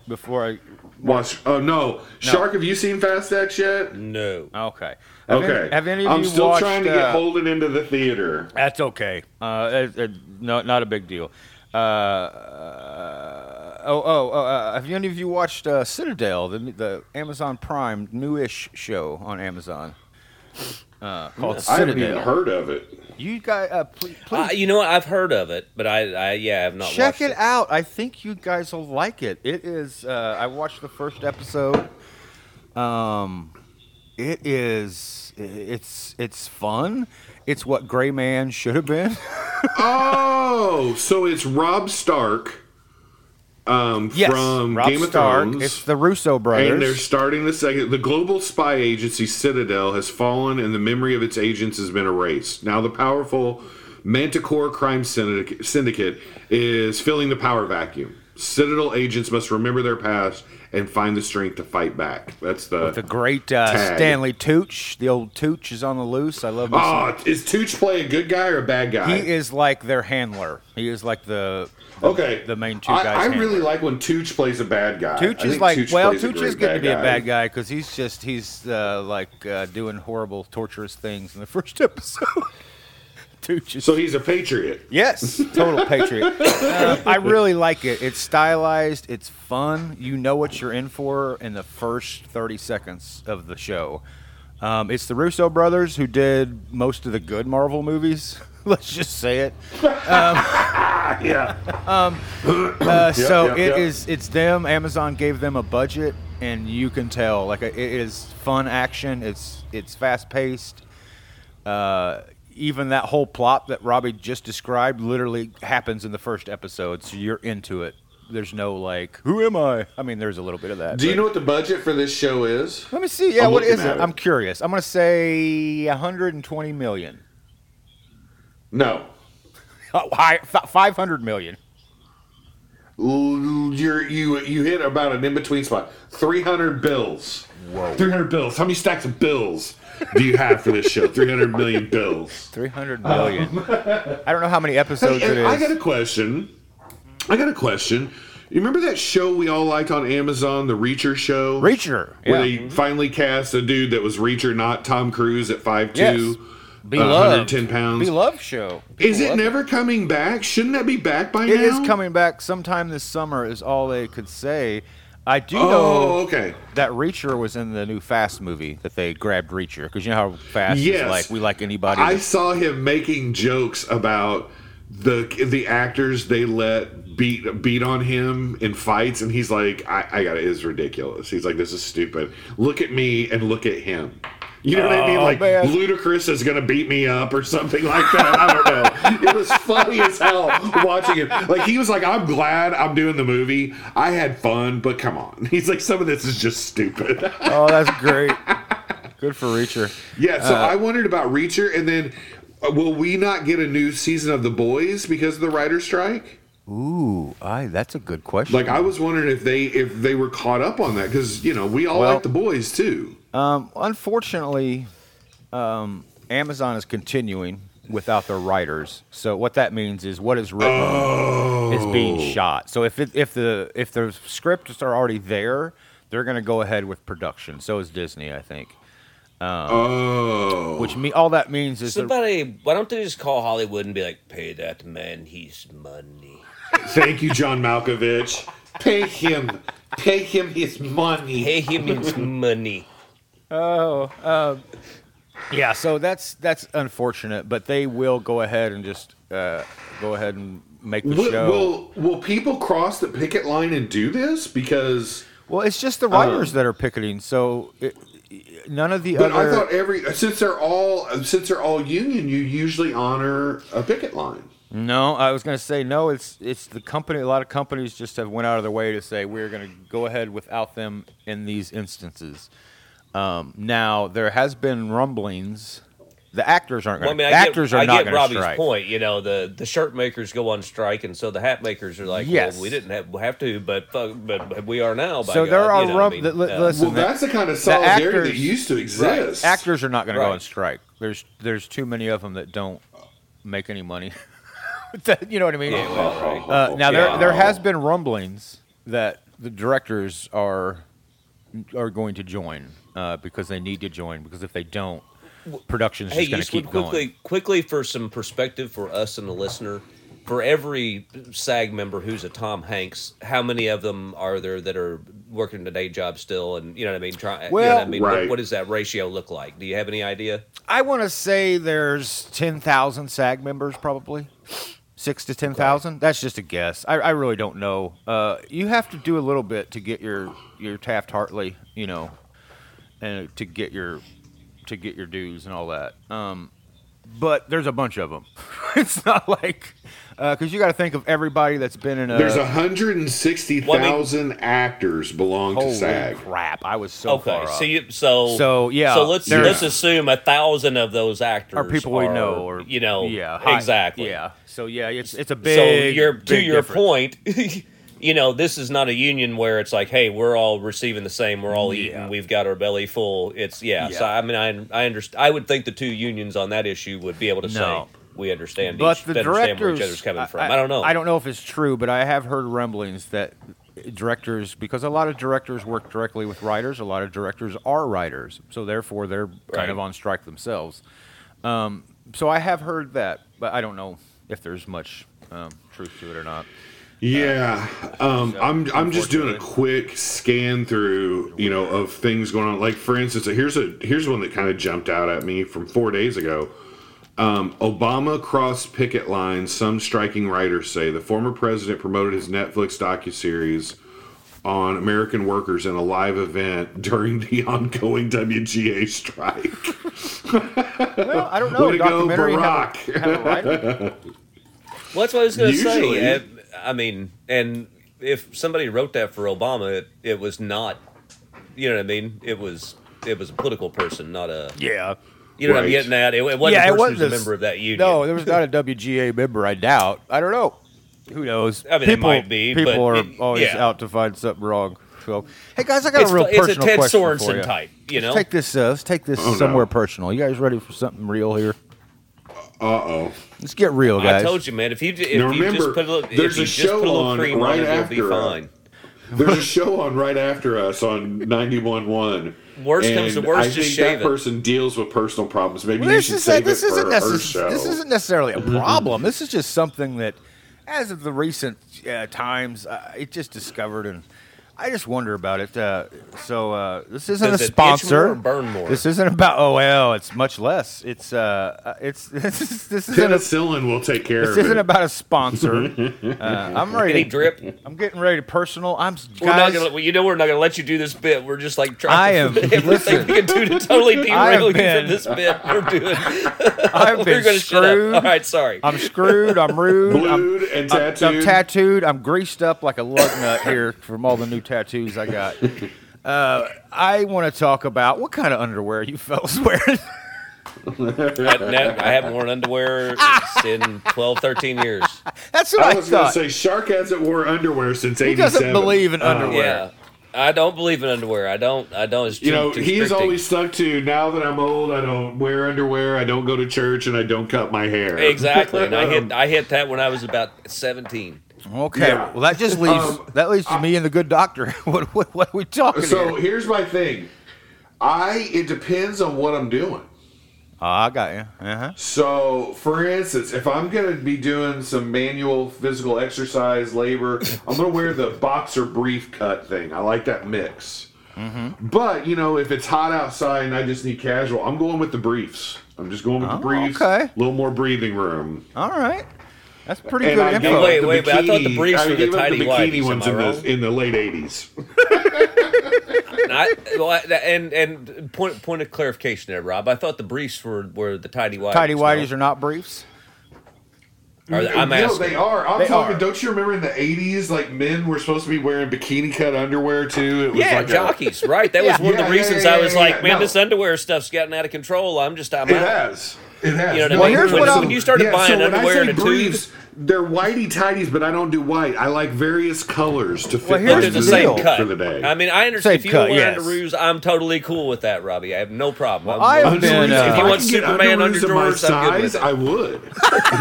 [SPEAKER 5] Before I.
[SPEAKER 6] Watch. Oh no, Shark! Have you seen Fast X yet?
[SPEAKER 4] No.
[SPEAKER 5] Okay. Have
[SPEAKER 6] Okay.
[SPEAKER 5] Any, have any of
[SPEAKER 6] I'm
[SPEAKER 5] you
[SPEAKER 6] still
[SPEAKER 5] watched,
[SPEAKER 6] trying to get
[SPEAKER 5] uh,
[SPEAKER 6] Holden into the theater.
[SPEAKER 5] That's okay. Uh, it- it- no, not a big deal. Uh, uh, oh, oh, oh uh, have any of you watched uh, Citadel, the, the Amazon Prime newish show on Amazon? Uh, called
[SPEAKER 6] I haven't even
[SPEAKER 5] Citadel.
[SPEAKER 6] heard of it.
[SPEAKER 5] You guys, uh, please,
[SPEAKER 4] Uh,
[SPEAKER 5] please
[SPEAKER 4] you know what? I've heard of it, but I, I yeah, I've not
[SPEAKER 5] check
[SPEAKER 4] watched
[SPEAKER 5] it out. I think you guys will like it. It is. Uh, I watched the first episode. Um, it is. It's it's fun. It's what Gray Man should have been.
[SPEAKER 6] Oh, so it's Rob Stark um, from
[SPEAKER 5] Rob
[SPEAKER 6] Game of
[SPEAKER 5] Stark.
[SPEAKER 6] Thrones.
[SPEAKER 5] It's the Russo
[SPEAKER 6] and they're
[SPEAKER 5] brothers.
[SPEAKER 6] starting the second. The global spy agency Citadel has fallen, and the memory of its agents has been erased. Now, the powerful Manticore crime syndic- syndicate is filling the power vacuum. Citadel agents must remember their past and find the strength to fight back. That's the
[SPEAKER 5] The great uh,
[SPEAKER 6] Tag.
[SPEAKER 5] Stanley Tooch. The old Tooch is on the loose. I love him.
[SPEAKER 6] Oh, is Tooch play a good guy or a bad guy?
[SPEAKER 5] he is like their handler. He is like the, the
[SPEAKER 6] okay.
[SPEAKER 5] the main two
[SPEAKER 6] I,
[SPEAKER 5] guys.
[SPEAKER 6] I
[SPEAKER 5] handler.
[SPEAKER 6] really like when Tooch plays a bad guy. I
[SPEAKER 5] Tooch is
[SPEAKER 6] think
[SPEAKER 5] like well,
[SPEAKER 6] plays a
[SPEAKER 5] Tooch
[SPEAKER 6] great
[SPEAKER 5] is going to be a bad guy because he's just he's uh, like uh, doing horrible, torturous things in the first episode. Tooch is
[SPEAKER 6] So he's a patriot.
[SPEAKER 5] Yes, total patriot. Uh, I really like it. It's stylized. It's fun. You know what you're in for in the first 30 seconds of the show. Um, it's the Russo brothers who did most of the good Marvel movies. Let's just say it.
[SPEAKER 6] Yeah.
[SPEAKER 5] Uh, so
[SPEAKER 6] yep,
[SPEAKER 5] it is.
[SPEAKER 6] yep.
[SPEAKER 5] It's them. Amazon gave them a budget, and you can tell. Like it is fun action. It's it's fast paced. Uh, even that whole plot that Robbie just described literally happens in the first episode, so you're into it. There's no like, who am I? I mean, there's a little bit of that.
[SPEAKER 6] Do you
[SPEAKER 5] but-
[SPEAKER 6] know what the budget for this show is?
[SPEAKER 5] Let me see. Yeah,
[SPEAKER 6] I'm
[SPEAKER 5] what
[SPEAKER 6] looking
[SPEAKER 5] is it?
[SPEAKER 6] at it.
[SPEAKER 5] I'm curious. I'm gonna say 120 million.
[SPEAKER 6] No.
[SPEAKER 5] Oh, hi- fi- 500 million.
[SPEAKER 6] L- You're, you you hit about an in between spot. Three hundred bills. Whoa. Three hundred bills. How many stacks of bills do you have for this show? Three hundred million bills.
[SPEAKER 5] 300 million. I don't know how many episodes
[SPEAKER 6] Hey,
[SPEAKER 5] it
[SPEAKER 6] and
[SPEAKER 5] is.
[SPEAKER 6] I got a question. I got a question. You remember that show we all liked on Amazon, the Reacher show?
[SPEAKER 5] Reacher. Yeah. Mm-hmm.
[SPEAKER 6] Where they finally cast a dude that was Reacher, not Tom Cruise at uh, 5'2",
[SPEAKER 5] Yes. Beloved.
[SPEAKER 6] 110 pounds.
[SPEAKER 5] Beloved show.
[SPEAKER 6] Is
[SPEAKER 5] People
[SPEAKER 6] it
[SPEAKER 5] love
[SPEAKER 6] never coming back? Shouldn't that be back by now?
[SPEAKER 5] It is coming back sometime this summer. Is all they could say. I do
[SPEAKER 6] Oh,
[SPEAKER 5] know
[SPEAKER 6] okay.
[SPEAKER 5] that Reacher was in the new Fast movie that they grabbed Reacher because you know how Fast
[SPEAKER 6] Yes.
[SPEAKER 5] is like we like anybody.
[SPEAKER 6] I saw him making jokes about the the actors they let beat beat on him in fights, and he's like, "I, I got it. It's ridiculous." He's like, "This is stupid. Look at me and look at him." You know what I mean? Like
[SPEAKER 5] man.
[SPEAKER 6] Ludacris is gonna beat me up or something like that. I don't know. It was funny as hell watching it. Like he was like, "I'm glad I'm doing the movie. I had fun, but come on." He's like, "Some of this is just stupid."
[SPEAKER 5] oh, that's great. Good for Reacher.
[SPEAKER 6] Yeah,
[SPEAKER 5] Uh,
[SPEAKER 6] so I wondered about Reacher, and then uh, will we not get a new season of The Boys because of the writer's strike?
[SPEAKER 5] Ooh, I that's a good question.
[SPEAKER 6] Like, I was wondering if they if they were caught up on that because you know we all
[SPEAKER 5] Well-
[SPEAKER 6] like The Boys too.
[SPEAKER 5] Um, unfortunately, um, Amazon is continuing without their writers. So what that means is what is written is
[SPEAKER 6] Oh.
[SPEAKER 5] being shot. So if it, if the if the scripts are already there, they're going to go ahead with production. So is Disney, I think.
[SPEAKER 6] Oh,
[SPEAKER 5] Which me all that means is that-
[SPEAKER 4] Somebody, why don't they just call Hollywood and be like, "Pay that man his money."
[SPEAKER 6] thank you, John Malkovich. Pay him, pay him his money.
[SPEAKER 4] Pay him his money.
[SPEAKER 5] yeah. So that's that's unfortunate, but they will go ahead and just uh, go ahead and make the
[SPEAKER 6] Will,
[SPEAKER 5] show.
[SPEAKER 6] will will people cross the picket line and do this? Because
[SPEAKER 5] well, it's just the writers that are picketing. So it, none of the
[SPEAKER 6] uh, but I
[SPEAKER 5] other.
[SPEAKER 6] thought every since they're all since they're all union, you usually honor a picket line.
[SPEAKER 5] No, I was going to say no. It's it's the company. A lot of companies just have went out of their way to say we're going to go ahead without them in these instances. Um, now there has been rumblings. The actors aren't
[SPEAKER 4] Well, I
[SPEAKER 5] going. to
[SPEAKER 4] mean, I
[SPEAKER 5] actors
[SPEAKER 4] get,
[SPEAKER 5] are
[SPEAKER 4] I
[SPEAKER 5] not
[SPEAKER 4] get
[SPEAKER 5] going
[SPEAKER 4] Robbie's
[SPEAKER 5] to strike.
[SPEAKER 4] point. You know, the the shirt makers go on strike, and so the hat makers are like,
[SPEAKER 5] Yes.
[SPEAKER 4] "Well, we didn't have, have to, but fuck, but but we are now." By
[SPEAKER 5] So
[SPEAKER 4] God,
[SPEAKER 5] there are
[SPEAKER 4] you know what I
[SPEAKER 5] rum-
[SPEAKER 4] mean?
[SPEAKER 5] li- li-
[SPEAKER 4] Uh,
[SPEAKER 5] listen,
[SPEAKER 6] Well,
[SPEAKER 5] that-
[SPEAKER 6] that's the kind of
[SPEAKER 5] the
[SPEAKER 6] solidarity that
[SPEAKER 5] actors-
[SPEAKER 6] used to exist.
[SPEAKER 5] Actors are not going to go
[SPEAKER 4] Right.
[SPEAKER 5] on strike. There's there's too many of them that don't make any money. That- you know what I mean? Uh, now there there has been rumblings that the directors are are going to join uh, because they need to join because if they don't, production's
[SPEAKER 4] hey,
[SPEAKER 5] just going to
[SPEAKER 4] Eastwood,
[SPEAKER 5] keep
[SPEAKER 4] quickly,
[SPEAKER 5] going.
[SPEAKER 4] quickly for some perspective for us and the listener. For every SAG member who's a Tom Hanks, how many of them are there that are working a day job still? And you know what I mean? Try, you know
[SPEAKER 5] Well-
[SPEAKER 4] what I mean? What-
[SPEAKER 6] Right.
[SPEAKER 4] what does that ratio look like? Do you have any idea?
[SPEAKER 5] I want to say there's ten thousand SAG members probably. Six to ten thousand. That's just a guess. I, I really don't know. Uh, you have to do a little bit to get your your Taft Hartley, you know, and to get your to get your dues and all that. Um, but there's a bunch of them. it's not like because you got to think of everybody that's been in a.
[SPEAKER 6] There's 160,000 actors belong
[SPEAKER 5] holy
[SPEAKER 6] to SAG.
[SPEAKER 5] crap! I was so
[SPEAKER 4] Okay,
[SPEAKER 5] far
[SPEAKER 4] so
[SPEAKER 5] off.
[SPEAKER 4] you so
[SPEAKER 5] So, yeah,
[SPEAKER 4] so let's
[SPEAKER 5] there's-
[SPEAKER 4] let's assume a thousand of those actors
[SPEAKER 5] or people we
[SPEAKER 4] are,
[SPEAKER 5] know, or
[SPEAKER 4] you know,
[SPEAKER 5] yeah, high-
[SPEAKER 4] exactly,
[SPEAKER 5] yeah. So yeah, it's it's a
[SPEAKER 4] So
[SPEAKER 5] big.
[SPEAKER 4] your to
[SPEAKER 5] big
[SPEAKER 4] your
[SPEAKER 5] difference.
[SPEAKER 4] point, you know, this is not a union where it's like, hey, we're all receiving the same, we're all
[SPEAKER 5] Yeah.
[SPEAKER 4] eating, we've got our belly full. It's yeah. So
[SPEAKER 5] Yeah.
[SPEAKER 4] I mean, I I understand. I would think the two unions on that issue would be able to
[SPEAKER 5] No.
[SPEAKER 4] say we understand,
[SPEAKER 5] but
[SPEAKER 4] each,
[SPEAKER 5] the
[SPEAKER 4] understand
[SPEAKER 5] directors
[SPEAKER 4] where each other's coming from. I, don't know.
[SPEAKER 5] I don't know if it's true, but I have heard rumblings that directors, because a lot of directors work directly with writers, a lot of directors are writers, so therefore they're
[SPEAKER 4] Right.
[SPEAKER 5] kind of on strike themselves. Um, so I have heard that, but I don't know if there's much um, truth to it or not.
[SPEAKER 6] Yeah, um, I'm I'm just doing a quick scan through, you know, of things going on. Like for instance, here's a here's one that kind of jumped out at me from four days ago. Um, Obama crossed picket lines. Some striking writers say the former president promoted his Netflix docuseries on American workers in a live event during the ongoing WGA strike.
[SPEAKER 5] Well, I don't know.
[SPEAKER 6] Way to go,
[SPEAKER 5] Oh, documentary had a-
[SPEAKER 6] Barack.
[SPEAKER 5] had a writer.
[SPEAKER 4] Well, that's what I was going to
[SPEAKER 6] Usually-
[SPEAKER 4] say. I, I mean, and if somebody wrote that for Obama, it, it was not. You know what I mean? It was it was a political person, not a.
[SPEAKER 5] Yeah.
[SPEAKER 4] You know what I'm
[SPEAKER 6] Right.
[SPEAKER 4] getting at? It, it wasn't
[SPEAKER 5] Yeah,
[SPEAKER 4] a
[SPEAKER 5] it
[SPEAKER 4] person
[SPEAKER 5] wasn't
[SPEAKER 4] who's a
[SPEAKER 5] a s-
[SPEAKER 4] member of that union.
[SPEAKER 5] No, there was not a WGA member. I doubt. I don't know. Who knows?
[SPEAKER 4] I mean, it might be,
[SPEAKER 5] People
[SPEAKER 4] but
[SPEAKER 5] are
[SPEAKER 4] it-
[SPEAKER 5] always
[SPEAKER 4] yeah.
[SPEAKER 5] out to find something wrong. So, hey guys, I got
[SPEAKER 4] it's,
[SPEAKER 5] a real
[SPEAKER 4] it's
[SPEAKER 5] personal
[SPEAKER 4] a Ted
[SPEAKER 5] question for you.
[SPEAKER 4] Sorensen type. You know,
[SPEAKER 5] Let's take this. Uh, let's take this
[SPEAKER 6] Oh, no.
[SPEAKER 5] somewhere personal. You guys ready for something real here?
[SPEAKER 6] Uh oh.
[SPEAKER 5] Let's get real,
[SPEAKER 4] I
[SPEAKER 5] guys.
[SPEAKER 4] told you, man. If you if
[SPEAKER 6] Now
[SPEAKER 4] you just
[SPEAKER 6] remember,
[SPEAKER 4] put a little, if
[SPEAKER 6] there's
[SPEAKER 4] you
[SPEAKER 6] a
[SPEAKER 4] just
[SPEAKER 6] show
[SPEAKER 4] put a little
[SPEAKER 6] on
[SPEAKER 4] cream
[SPEAKER 6] right
[SPEAKER 4] on it, it'll be
[SPEAKER 6] after, uh,
[SPEAKER 4] fine.
[SPEAKER 6] There's a show on right after us on 91.1.
[SPEAKER 4] Worst comes to
[SPEAKER 6] and
[SPEAKER 4] worst,
[SPEAKER 6] I
[SPEAKER 4] just
[SPEAKER 6] think
[SPEAKER 4] shave
[SPEAKER 6] that
[SPEAKER 4] it.
[SPEAKER 6] person deals with personal problems. Maybe
[SPEAKER 5] Well,
[SPEAKER 6] you
[SPEAKER 5] this
[SPEAKER 6] should
[SPEAKER 5] is
[SPEAKER 6] save
[SPEAKER 5] this
[SPEAKER 6] it for
[SPEAKER 5] isn't
[SPEAKER 6] her
[SPEAKER 5] necessarily
[SPEAKER 6] show.
[SPEAKER 5] this isn't necessarily a
[SPEAKER 4] Mm-hmm.
[SPEAKER 5] problem. this is just something that, as of the recent uh, times, uh, it just discovered, and I just wonder about it. Uh, so uh, this isn't
[SPEAKER 4] Does
[SPEAKER 5] a
[SPEAKER 4] it itch more
[SPEAKER 5] sponsor.
[SPEAKER 4] or burn more?
[SPEAKER 5] This isn't about. Oh well, it's much less. It's uh, uh, it's this is this isn't a, this
[SPEAKER 6] Penicillin will take care of
[SPEAKER 5] isn't
[SPEAKER 6] it.
[SPEAKER 5] about a sponsor. Uh, I'm
[SPEAKER 4] Any
[SPEAKER 5] ready. To,
[SPEAKER 4] drip?
[SPEAKER 5] I'm getting ready to personal. I'm guys.
[SPEAKER 4] We're not gonna. Well, you know, we're not gonna let you do this bit. We're just like trying.
[SPEAKER 5] I am-
[SPEAKER 4] everything
[SPEAKER 5] listen.
[SPEAKER 4] we can do to totally
[SPEAKER 5] I have
[SPEAKER 4] derail you
[SPEAKER 5] been-
[SPEAKER 4] from this bit. We're doing.
[SPEAKER 5] I've
[SPEAKER 4] we're
[SPEAKER 5] been
[SPEAKER 4] gonna shut
[SPEAKER 5] screwed.
[SPEAKER 4] up. All right, sorry.
[SPEAKER 5] I'm screwed. I'm rude. I'm,
[SPEAKER 6] Blued and
[SPEAKER 5] I'm-
[SPEAKER 6] tattooed.
[SPEAKER 5] I'm tattooed. I'm greased up like a lug nut here from all the new tattoos I got. Uh, I want to talk about what kind of underwear you fellas wearing.
[SPEAKER 4] I, no, I haven't worn underwear in 12, 13 years.
[SPEAKER 5] That's what I,
[SPEAKER 6] I was going to
[SPEAKER 5] thought.
[SPEAKER 6] say, Uh, Shark hasn't wore underwear since
[SPEAKER 5] he
[SPEAKER 6] 87.
[SPEAKER 5] doesn't believe in
[SPEAKER 4] Uh,
[SPEAKER 5] underwear.
[SPEAKER 4] Yeah, I don't believe in underwear. I don't. I don't. It's
[SPEAKER 6] You know,
[SPEAKER 4] too
[SPEAKER 6] he is
[SPEAKER 4] constricting.
[SPEAKER 6] always stuck to, now that I'm old, I don't wear underwear, I don't go to church, and I don't cut my hair.
[SPEAKER 4] exactly. And I hit. I hit that when I was about seventeen.
[SPEAKER 5] Okay,
[SPEAKER 6] Yeah.
[SPEAKER 5] well that just leaves
[SPEAKER 6] Um,
[SPEAKER 5] that leaves me and the good doctor. what, what what are we talking?
[SPEAKER 6] So
[SPEAKER 5] here?
[SPEAKER 6] here's my thing. I it depends on what I'm doing.
[SPEAKER 5] Oh, I got you. Uh huh.
[SPEAKER 6] So, for instance, if I'm going to be doing some manual physical exercise labor, I'm going to wear the boxer brief cut thing. I like that mix.
[SPEAKER 5] Mm-hmm.
[SPEAKER 6] But, you know, if it's hot outside and I just need casual, I'm going with the briefs. I'm just going with the briefs.
[SPEAKER 5] Oh, okay.
[SPEAKER 6] A little more breathing room.
[SPEAKER 5] All right, that's pretty
[SPEAKER 6] And
[SPEAKER 5] good
[SPEAKER 6] I
[SPEAKER 5] info.
[SPEAKER 6] gave
[SPEAKER 4] Wait,
[SPEAKER 6] up the
[SPEAKER 4] wait, but I thought the
[SPEAKER 6] bikini-
[SPEAKER 4] briefs
[SPEAKER 6] I
[SPEAKER 4] were the
[SPEAKER 6] gave up
[SPEAKER 4] tidy
[SPEAKER 6] bikini
[SPEAKER 4] whities,
[SPEAKER 6] ones in
[SPEAKER 4] am I
[SPEAKER 6] the,
[SPEAKER 4] wrong?
[SPEAKER 6] in the late 80s.
[SPEAKER 4] And I, well, I- and and point point of clarification there, Rob. I thought the briefs were were the tidy whities.
[SPEAKER 5] Tidy whities are not briefs.
[SPEAKER 4] Or, I'm
[SPEAKER 6] no,
[SPEAKER 4] asking.
[SPEAKER 6] they are. I'm
[SPEAKER 5] They
[SPEAKER 6] talking.
[SPEAKER 5] are.
[SPEAKER 6] Don't you remember in the '80s, like men were supposed to be wearing bikini cut underwear too? It was
[SPEAKER 4] Yeah,
[SPEAKER 6] like a-
[SPEAKER 4] jockeys, right? That
[SPEAKER 5] Yeah.
[SPEAKER 4] was one of
[SPEAKER 6] Yeah,
[SPEAKER 4] the
[SPEAKER 6] yeah,
[SPEAKER 4] reasons
[SPEAKER 6] yeah,
[SPEAKER 4] I
[SPEAKER 6] yeah,
[SPEAKER 4] was
[SPEAKER 6] yeah,
[SPEAKER 4] like,
[SPEAKER 6] yeah.
[SPEAKER 4] man,
[SPEAKER 6] No.
[SPEAKER 4] this underwear stuff's gotten out of control. I'm just, I'm
[SPEAKER 6] It
[SPEAKER 4] out.
[SPEAKER 6] has. It has.
[SPEAKER 4] You know what I
[SPEAKER 5] Well, mean? here's When- what I'm-
[SPEAKER 4] when you started buying
[SPEAKER 6] when I
[SPEAKER 4] underwear
[SPEAKER 6] say
[SPEAKER 4] in a tube-
[SPEAKER 6] briefs, They're whitey tidies, but I don't do white. I like various colors to fit
[SPEAKER 5] Well,
[SPEAKER 4] But
[SPEAKER 5] here's
[SPEAKER 6] my
[SPEAKER 4] they're the
[SPEAKER 5] the
[SPEAKER 6] mood
[SPEAKER 4] same
[SPEAKER 5] deal.
[SPEAKER 4] cut.
[SPEAKER 6] for the day.
[SPEAKER 4] I mean, I understand.
[SPEAKER 5] Same
[SPEAKER 4] if you
[SPEAKER 5] cut,
[SPEAKER 4] were wearing
[SPEAKER 5] yes.
[SPEAKER 4] underoos, I'm totally cool with that, Robbie. I have no problem.
[SPEAKER 5] I
[SPEAKER 4] I'm-
[SPEAKER 5] have been,
[SPEAKER 6] Underoos,
[SPEAKER 5] uh,
[SPEAKER 6] if
[SPEAKER 5] If you
[SPEAKER 6] I
[SPEAKER 4] want
[SPEAKER 6] could get
[SPEAKER 4] Superman
[SPEAKER 6] underoos in my
[SPEAKER 4] underdrawers, I'm good with
[SPEAKER 6] size,
[SPEAKER 4] it.
[SPEAKER 6] I would,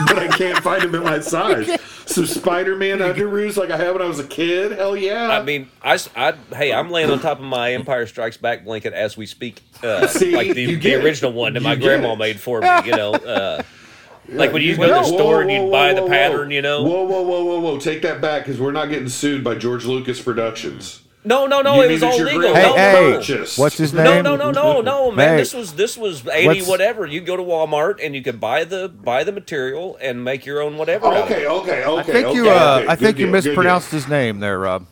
[SPEAKER 6] but I can't find them in my size. Some Spider-Man underoos like I had when I was a kid. Hell yeah!
[SPEAKER 4] I mean, I, s- I- hey, I'm laying on top of my Empire Strikes Back blanket as we speak, uh,
[SPEAKER 6] See,
[SPEAKER 4] like the,
[SPEAKER 6] you
[SPEAKER 4] the
[SPEAKER 6] get it.
[SPEAKER 4] original one that
[SPEAKER 6] You
[SPEAKER 4] my
[SPEAKER 6] get
[SPEAKER 4] grandma
[SPEAKER 6] it.
[SPEAKER 4] made for me. You know, uh, like when you go to
[SPEAKER 5] Well,
[SPEAKER 4] the store and you'd buy the pattern. You know,
[SPEAKER 6] Whoa, whoa, whoa, whoa, whoa! Take that back, because we're not getting sued by George Lucas Productions.
[SPEAKER 4] no, no, no,
[SPEAKER 6] You
[SPEAKER 4] it was
[SPEAKER 6] needed
[SPEAKER 4] all
[SPEAKER 6] your
[SPEAKER 4] legal.
[SPEAKER 6] grandma
[SPEAKER 4] no, no,
[SPEAKER 5] Hey,
[SPEAKER 4] no.
[SPEAKER 5] hey,
[SPEAKER 6] Just-
[SPEAKER 5] what's his
[SPEAKER 4] No,
[SPEAKER 5] name?
[SPEAKER 4] no, no, no, no, man.
[SPEAKER 5] Hey.
[SPEAKER 4] This was this was eighty
[SPEAKER 5] What's-
[SPEAKER 4] whatever. You go to Walmart and you could buy the buy the material and make your own whatever. out of it.
[SPEAKER 6] Oh, Okay, okay, okay.
[SPEAKER 5] Oh. I think you,
[SPEAKER 6] okay,
[SPEAKER 5] uh,
[SPEAKER 6] okay.
[SPEAKER 5] I
[SPEAKER 6] Good
[SPEAKER 5] think you
[SPEAKER 6] deal, good deal.
[SPEAKER 5] mispronounced his name there, Rob.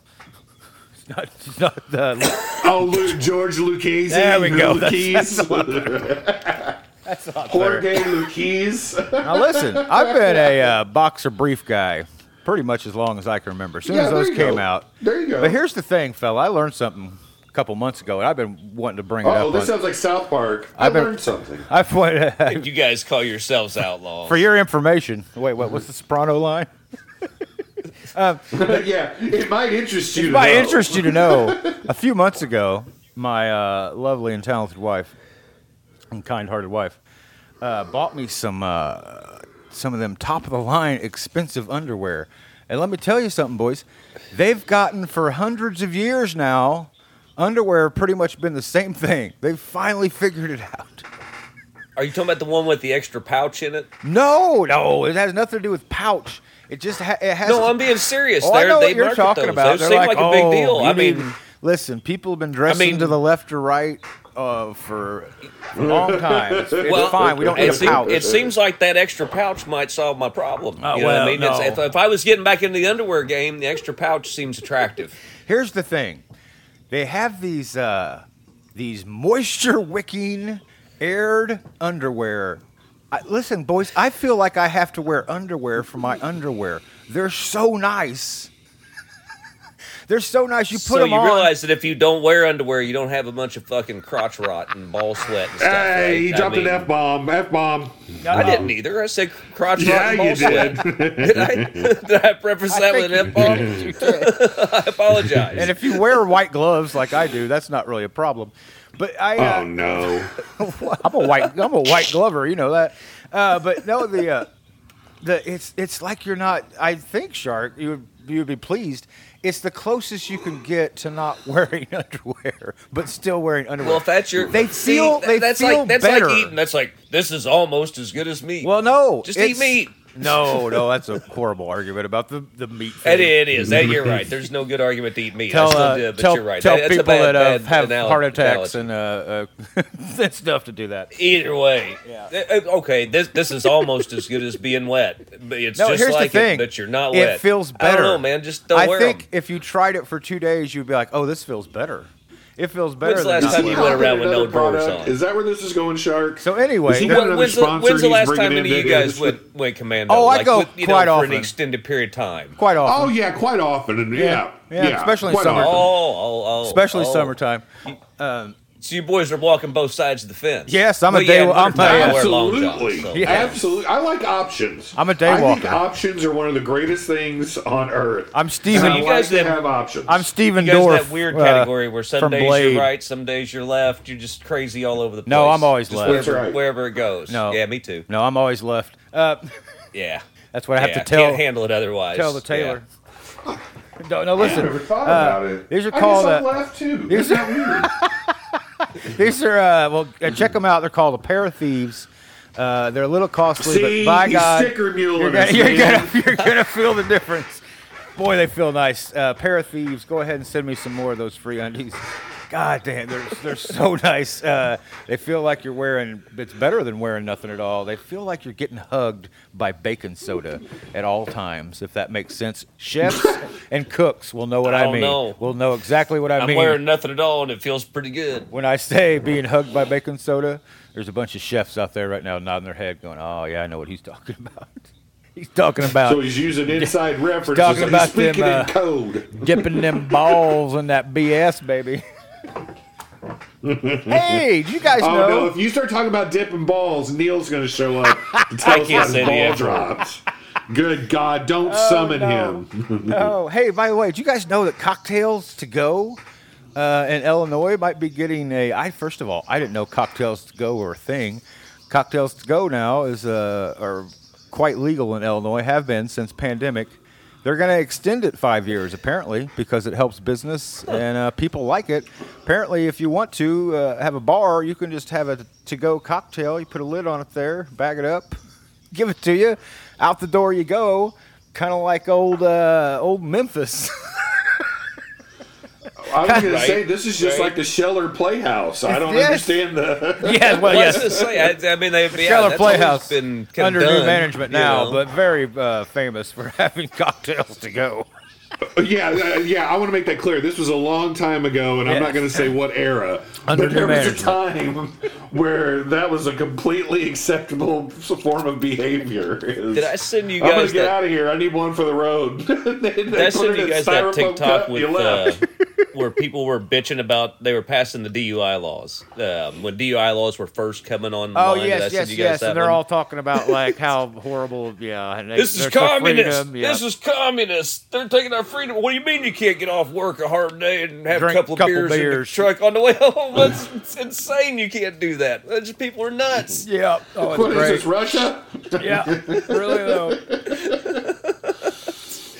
[SPEAKER 5] It's not, it's not uh, the,
[SPEAKER 6] Oh, Lu- George Lucchese.
[SPEAKER 5] There we go. That's-
[SPEAKER 6] Lucchese. Jorge Lucchese.
[SPEAKER 5] now listen, I've been a uh, boxer brief guy pretty much as long as I can remember. As soon
[SPEAKER 6] Yeah,
[SPEAKER 5] as
[SPEAKER 6] there
[SPEAKER 5] those
[SPEAKER 6] you
[SPEAKER 5] came
[SPEAKER 6] go.
[SPEAKER 5] out,
[SPEAKER 6] There you go.
[SPEAKER 5] But here's the thing, fella. I learned something a couple months ago, and I've been wanting to bring it
[SPEAKER 6] Oh,
[SPEAKER 5] up.
[SPEAKER 6] this
[SPEAKER 5] on-
[SPEAKER 6] sounds like South Park. I
[SPEAKER 5] I've been-
[SPEAKER 6] learned something.
[SPEAKER 5] I've wanted,
[SPEAKER 4] You guys call yourselves outlaws.
[SPEAKER 5] for your information. Wait, what? What's the soprano line?
[SPEAKER 6] yeah, it might interest you.
[SPEAKER 5] It
[SPEAKER 6] to
[SPEAKER 5] might
[SPEAKER 6] know.
[SPEAKER 5] interest you to know. A few months ago, my uh, lovely and talented wife and kind-hearted wife uh, bought me some uh, some of them top-of-the-line expensive underwear. And let me tell you something, boys. They've gotten for hundreds of years now. Underwear have pretty much been the same thing. They've finally figured it out.
[SPEAKER 4] Are Are you talking about the one with the extra pouch in it?
[SPEAKER 5] No, no, it has nothing to do with pouch. It just ha- it has.
[SPEAKER 4] No, I'm being serious.
[SPEAKER 5] Oh,
[SPEAKER 4] They're,
[SPEAKER 5] I know
[SPEAKER 4] they
[SPEAKER 5] what you're
[SPEAKER 4] market
[SPEAKER 5] talking
[SPEAKER 4] those.
[SPEAKER 5] about.
[SPEAKER 4] Those
[SPEAKER 5] They're
[SPEAKER 4] seem
[SPEAKER 5] like,
[SPEAKER 4] like, a big
[SPEAKER 5] oh,
[SPEAKER 4] deal.
[SPEAKER 5] you
[SPEAKER 4] I mean,
[SPEAKER 5] need- listen, people have been dressing
[SPEAKER 4] mean-
[SPEAKER 5] to the left or right uh, for a long time. It's, it's fine. We don't
[SPEAKER 4] it
[SPEAKER 5] need a
[SPEAKER 4] seem-
[SPEAKER 5] pouch.
[SPEAKER 4] It seems like that extra pouch might solve my problem.
[SPEAKER 5] Oh,
[SPEAKER 4] you know what
[SPEAKER 5] well,
[SPEAKER 4] I mean? It's-
[SPEAKER 5] no.
[SPEAKER 4] If, if I was getting back into the underwear game, the extra pouch seems attractive.
[SPEAKER 5] Here's the thing. They have these uh, these moisture wicking aired underwear. I, listen, boys, I feel like I have to wear underwear for my underwear. They're so nice. They're so nice. You put
[SPEAKER 4] so
[SPEAKER 5] them
[SPEAKER 4] you
[SPEAKER 5] on.
[SPEAKER 4] realize that if you don't wear underwear, you don't have a bunch of fucking crotch rot and ball sweat and stuff.
[SPEAKER 6] Hey,
[SPEAKER 4] right?
[SPEAKER 6] he
[SPEAKER 4] I
[SPEAKER 6] dropped
[SPEAKER 4] mean,
[SPEAKER 6] an F bomb. F bomb.
[SPEAKER 4] I didn't either. I said crotch rot
[SPEAKER 6] Yeah,
[SPEAKER 4] and ball
[SPEAKER 6] you
[SPEAKER 4] sweat.
[SPEAKER 6] did.
[SPEAKER 4] Did I, did I preface that with an F bomb? I apologize.
[SPEAKER 5] And if you wear white gloves like I do, that's not really a problem. But I, uh,
[SPEAKER 6] oh no.
[SPEAKER 5] I'm a white I'm a white glover, you know that. Uh, but no, the uh, the it's it's like you're not. I think Shark, you would you would be pleased. It's the closest you can get to not wearing underwear, but still wearing underwear.
[SPEAKER 4] well, if that's your
[SPEAKER 5] they
[SPEAKER 4] See,
[SPEAKER 5] feel
[SPEAKER 4] that-
[SPEAKER 5] they
[SPEAKER 4] that's
[SPEAKER 5] feel
[SPEAKER 4] like that's
[SPEAKER 5] better.
[SPEAKER 4] like eating. That's like this is almost as good as meat.
[SPEAKER 5] well, no,
[SPEAKER 4] Just eat
[SPEAKER 5] it's-
[SPEAKER 4] meat.
[SPEAKER 5] No, no, that's a horrible argument about the the meat.
[SPEAKER 4] It,
[SPEAKER 5] thing.
[SPEAKER 4] it is. That you're right. There's no good argument to eat meat. I
[SPEAKER 5] Tell,
[SPEAKER 4] still
[SPEAKER 5] uh,
[SPEAKER 4] do, but
[SPEAKER 5] tell,
[SPEAKER 4] you're right.
[SPEAKER 5] tell
[SPEAKER 4] That- that's a
[SPEAKER 5] people
[SPEAKER 4] bad-
[SPEAKER 5] that
[SPEAKER 4] bad
[SPEAKER 5] uh, have
[SPEAKER 4] anal-
[SPEAKER 5] heart attacks and
[SPEAKER 4] analogy.
[SPEAKER 5] uh, uh, and stuff to do that.
[SPEAKER 4] Either way, Th- okay, this this is almost as good as being wet. But it's
[SPEAKER 5] No,
[SPEAKER 4] just
[SPEAKER 5] here's
[SPEAKER 4] like
[SPEAKER 5] the thing.
[SPEAKER 4] it, but you're not
[SPEAKER 5] It
[SPEAKER 4] wet.
[SPEAKER 5] feels
[SPEAKER 4] I
[SPEAKER 5] better.
[SPEAKER 4] don't know, man. Just don't
[SPEAKER 5] I
[SPEAKER 4] wear
[SPEAKER 5] think
[SPEAKER 4] 'em.
[SPEAKER 5] if you tried it for two days, you'd be like, "Oh, this feels better." It feels better.
[SPEAKER 4] When's the
[SPEAKER 5] than
[SPEAKER 4] last
[SPEAKER 5] not
[SPEAKER 4] time you
[SPEAKER 5] wearing
[SPEAKER 4] went
[SPEAKER 5] it."
[SPEAKER 4] around with no
[SPEAKER 6] Another product.
[SPEAKER 4] drawers on?
[SPEAKER 6] Is that where this is going, Shark?
[SPEAKER 5] So anyway,
[SPEAKER 6] Is he
[SPEAKER 5] that-
[SPEAKER 6] got another
[SPEAKER 4] When's the,
[SPEAKER 6] sponsor
[SPEAKER 4] when's the
[SPEAKER 6] he's
[SPEAKER 4] last
[SPEAKER 6] bringing
[SPEAKER 4] time
[SPEAKER 6] in
[SPEAKER 4] any of
[SPEAKER 6] that
[SPEAKER 4] you guys
[SPEAKER 6] is-
[SPEAKER 4] went, went commando?
[SPEAKER 5] Oh, I
[SPEAKER 4] like,
[SPEAKER 5] go
[SPEAKER 4] with, you know,
[SPEAKER 5] quite
[SPEAKER 4] for
[SPEAKER 5] often.
[SPEAKER 4] an extended period of time.
[SPEAKER 5] quite
[SPEAKER 6] Oh
[SPEAKER 5] often,
[SPEAKER 6] yeah, quite often. And yeah,
[SPEAKER 5] Yeah, especially in
[SPEAKER 6] quite
[SPEAKER 5] summer.
[SPEAKER 4] Oh,
[SPEAKER 6] often.
[SPEAKER 4] oh, oh,
[SPEAKER 5] especially
[SPEAKER 4] oh.
[SPEAKER 5] summertime.
[SPEAKER 4] So you boys are walking both sides of the fence.
[SPEAKER 5] Yes, I'm a
[SPEAKER 4] Well, yeah,
[SPEAKER 5] day-
[SPEAKER 4] in
[SPEAKER 5] I'm a-
[SPEAKER 4] wintertime, I wear long johns,
[SPEAKER 6] Absolutely.
[SPEAKER 4] so-
[SPEAKER 5] Yeah.
[SPEAKER 6] Absolutely. I like options.
[SPEAKER 5] I'm a day
[SPEAKER 6] I think
[SPEAKER 5] walker.
[SPEAKER 6] options are one of the greatest things on earth.
[SPEAKER 5] I'm
[SPEAKER 6] And
[SPEAKER 5] Steven.
[SPEAKER 6] I
[SPEAKER 4] you
[SPEAKER 6] like
[SPEAKER 4] guys
[SPEAKER 6] to
[SPEAKER 4] have-
[SPEAKER 6] have options.
[SPEAKER 5] I'm Steven
[SPEAKER 4] You guys
[SPEAKER 5] Dorff.
[SPEAKER 4] in that weird
[SPEAKER 5] uh,
[SPEAKER 4] category where some
[SPEAKER 5] from
[SPEAKER 4] days
[SPEAKER 5] Blade.
[SPEAKER 4] you're right, some days you're left. You're just crazy all over the place.
[SPEAKER 5] No, I'm always
[SPEAKER 4] Just
[SPEAKER 5] left.
[SPEAKER 6] That's
[SPEAKER 4] Wherever,
[SPEAKER 6] right.
[SPEAKER 4] wherever it goes.
[SPEAKER 5] No.
[SPEAKER 4] Yeah, me too.
[SPEAKER 5] No, I'm always left. Uh,
[SPEAKER 4] Yeah.
[SPEAKER 5] that's what I have
[SPEAKER 4] Yeah,
[SPEAKER 5] to tell
[SPEAKER 4] Can't handle it otherwise.
[SPEAKER 5] tell the tailor.
[SPEAKER 6] I
[SPEAKER 5] No, no,
[SPEAKER 6] never
[SPEAKER 5] listen. uh,
[SPEAKER 6] thought about it.
[SPEAKER 5] these are
[SPEAKER 6] I guess
[SPEAKER 5] called,
[SPEAKER 6] I'm
[SPEAKER 5] uh,
[SPEAKER 6] left too.
[SPEAKER 5] these
[SPEAKER 6] Isn't that weird?
[SPEAKER 5] These are uh, well, uh, check them out. They're called a pair of thieves. Uh, they're a little costly,
[SPEAKER 6] See,
[SPEAKER 5] but by
[SPEAKER 6] he's
[SPEAKER 5] God,
[SPEAKER 6] sticker mule
[SPEAKER 5] You're gonna, you're gonna- you're gonna feel the difference. Boy, they feel nice. Uh, pair of thieves. Go ahead and send me some more of those free undies. God damn, they're they're so nice. Uh, they feel like you're wearing. It's better than wearing nothing at all. They feel like you're getting hugged by bacon soda at all times, if that makes sense. Chefs and cooks will know what I,
[SPEAKER 4] don't
[SPEAKER 5] mean.
[SPEAKER 4] know.
[SPEAKER 5] Will know exactly what I
[SPEAKER 4] I'm
[SPEAKER 5] mean.
[SPEAKER 4] wearing nothing at all, and it feels pretty good.
[SPEAKER 5] When I say being hugged by bacon soda, there's a bunch of chefs out there right now nodding their head, going, "Oh yeah, I know what he's talking about. he's talking about
[SPEAKER 6] so he's using inside references.
[SPEAKER 5] Talking about
[SPEAKER 6] he's speaking
[SPEAKER 5] them,
[SPEAKER 6] in
[SPEAKER 5] uh,
[SPEAKER 6] code.
[SPEAKER 5] dipping them balls in that BS, baby." hey, did you guys
[SPEAKER 6] Oh
[SPEAKER 5] know?
[SPEAKER 6] no! If you start talking about dipping balls, Neil's going to show up. And tell
[SPEAKER 4] I
[SPEAKER 6] us
[SPEAKER 4] can't
[SPEAKER 6] about his
[SPEAKER 4] say the
[SPEAKER 6] ball
[SPEAKER 4] F word.
[SPEAKER 6] drops. Good God! Don't summon
[SPEAKER 5] Oh, no.
[SPEAKER 6] him.
[SPEAKER 5] oh, hey, by the way, did you guys know that cocktails to go uh, in Illinois might be getting a? I first of all, I didn't know cocktails to go were a thing. Cocktails to go now is uh, are quite legal in Illinois. Have been since pandemic. They're going to extend it five years apparently because it helps business and uh, people like it. Apparently, if you want to uh, have a bar, you can just have a to-go cocktail. You put a lid on it there, bag it up, give it to you. Out the door you go, kind of like old uh, old Memphis.
[SPEAKER 6] I was going
[SPEAKER 4] Right.
[SPEAKER 6] to say this is just
[SPEAKER 4] Right.
[SPEAKER 6] like the Scheller Playhouse. I don't
[SPEAKER 5] Yes.
[SPEAKER 6] understand the.
[SPEAKER 5] yeah, well,
[SPEAKER 4] Well, I was gonna say, I, I mean, they've yeah,
[SPEAKER 5] Keller
[SPEAKER 4] that's always
[SPEAKER 5] Oh, Playhouse
[SPEAKER 4] been kinda
[SPEAKER 5] under new
[SPEAKER 4] done,
[SPEAKER 5] management
[SPEAKER 4] you
[SPEAKER 5] now,
[SPEAKER 4] know.
[SPEAKER 5] but very uh, famous for having cocktails to go.
[SPEAKER 6] Yeah, uh, yeah. I want to make that clear. This was a long time ago, and I'm
[SPEAKER 5] Yes.
[SPEAKER 6] not going to say what era.
[SPEAKER 5] Under
[SPEAKER 6] but there
[SPEAKER 5] new
[SPEAKER 6] was a time where that was a completely acceptable form of behavior.
[SPEAKER 4] Did I send you
[SPEAKER 6] I'm gonna
[SPEAKER 4] guys
[SPEAKER 6] get
[SPEAKER 4] that?
[SPEAKER 6] out of here. I need one for the road. they, they
[SPEAKER 4] Did I
[SPEAKER 6] put
[SPEAKER 4] send
[SPEAKER 6] it
[SPEAKER 4] you
[SPEAKER 6] in
[SPEAKER 4] guys that
[SPEAKER 6] styrofoam
[SPEAKER 4] TikTok
[SPEAKER 6] cup, you
[SPEAKER 4] with uh,
[SPEAKER 6] left.
[SPEAKER 4] where people were bitching about they were passing the DUI laws um, when DUI laws were first coming on?
[SPEAKER 5] Oh
[SPEAKER 4] Did I
[SPEAKER 5] yes,
[SPEAKER 4] send
[SPEAKER 5] yes,
[SPEAKER 4] you guys
[SPEAKER 5] yes,
[SPEAKER 4] that
[SPEAKER 5] and they're
[SPEAKER 4] one?
[SPEAKER 5] all talking about like how horrible. Yeah, and they,
[SPEAKER 4] This is
[SPEAKER 5] they're so
[SPEAKER 4] communist.
[SPEAKER 5] freedom, yeah.
[SPEAKER 4] This is communist. They're taking our freedom. What do you mean you can't get off work a hard day and have
[SPEAKER 5] Drink
[SPEAKER 4] a couple of
[SPEAKER 5] couple
[SPEAKER 4] beers, in the
[SPEAKER 5] beers.
[SPEAKER 4] truck on the way home? That's it's insane. You can't do that. That's just- people are nuts.
[SPEAKER 5] yeah.
[SPEAKER 4] uh,
[SPEAKER 5] Oh,
[SPEAKER 6] What
[SPEAKER 5] it's
[SPEAKER 6] is this,
[SPEAKER 5] great.
[SPEAKER 6] Russia?
[SPEAKER 5] Yeah, really though.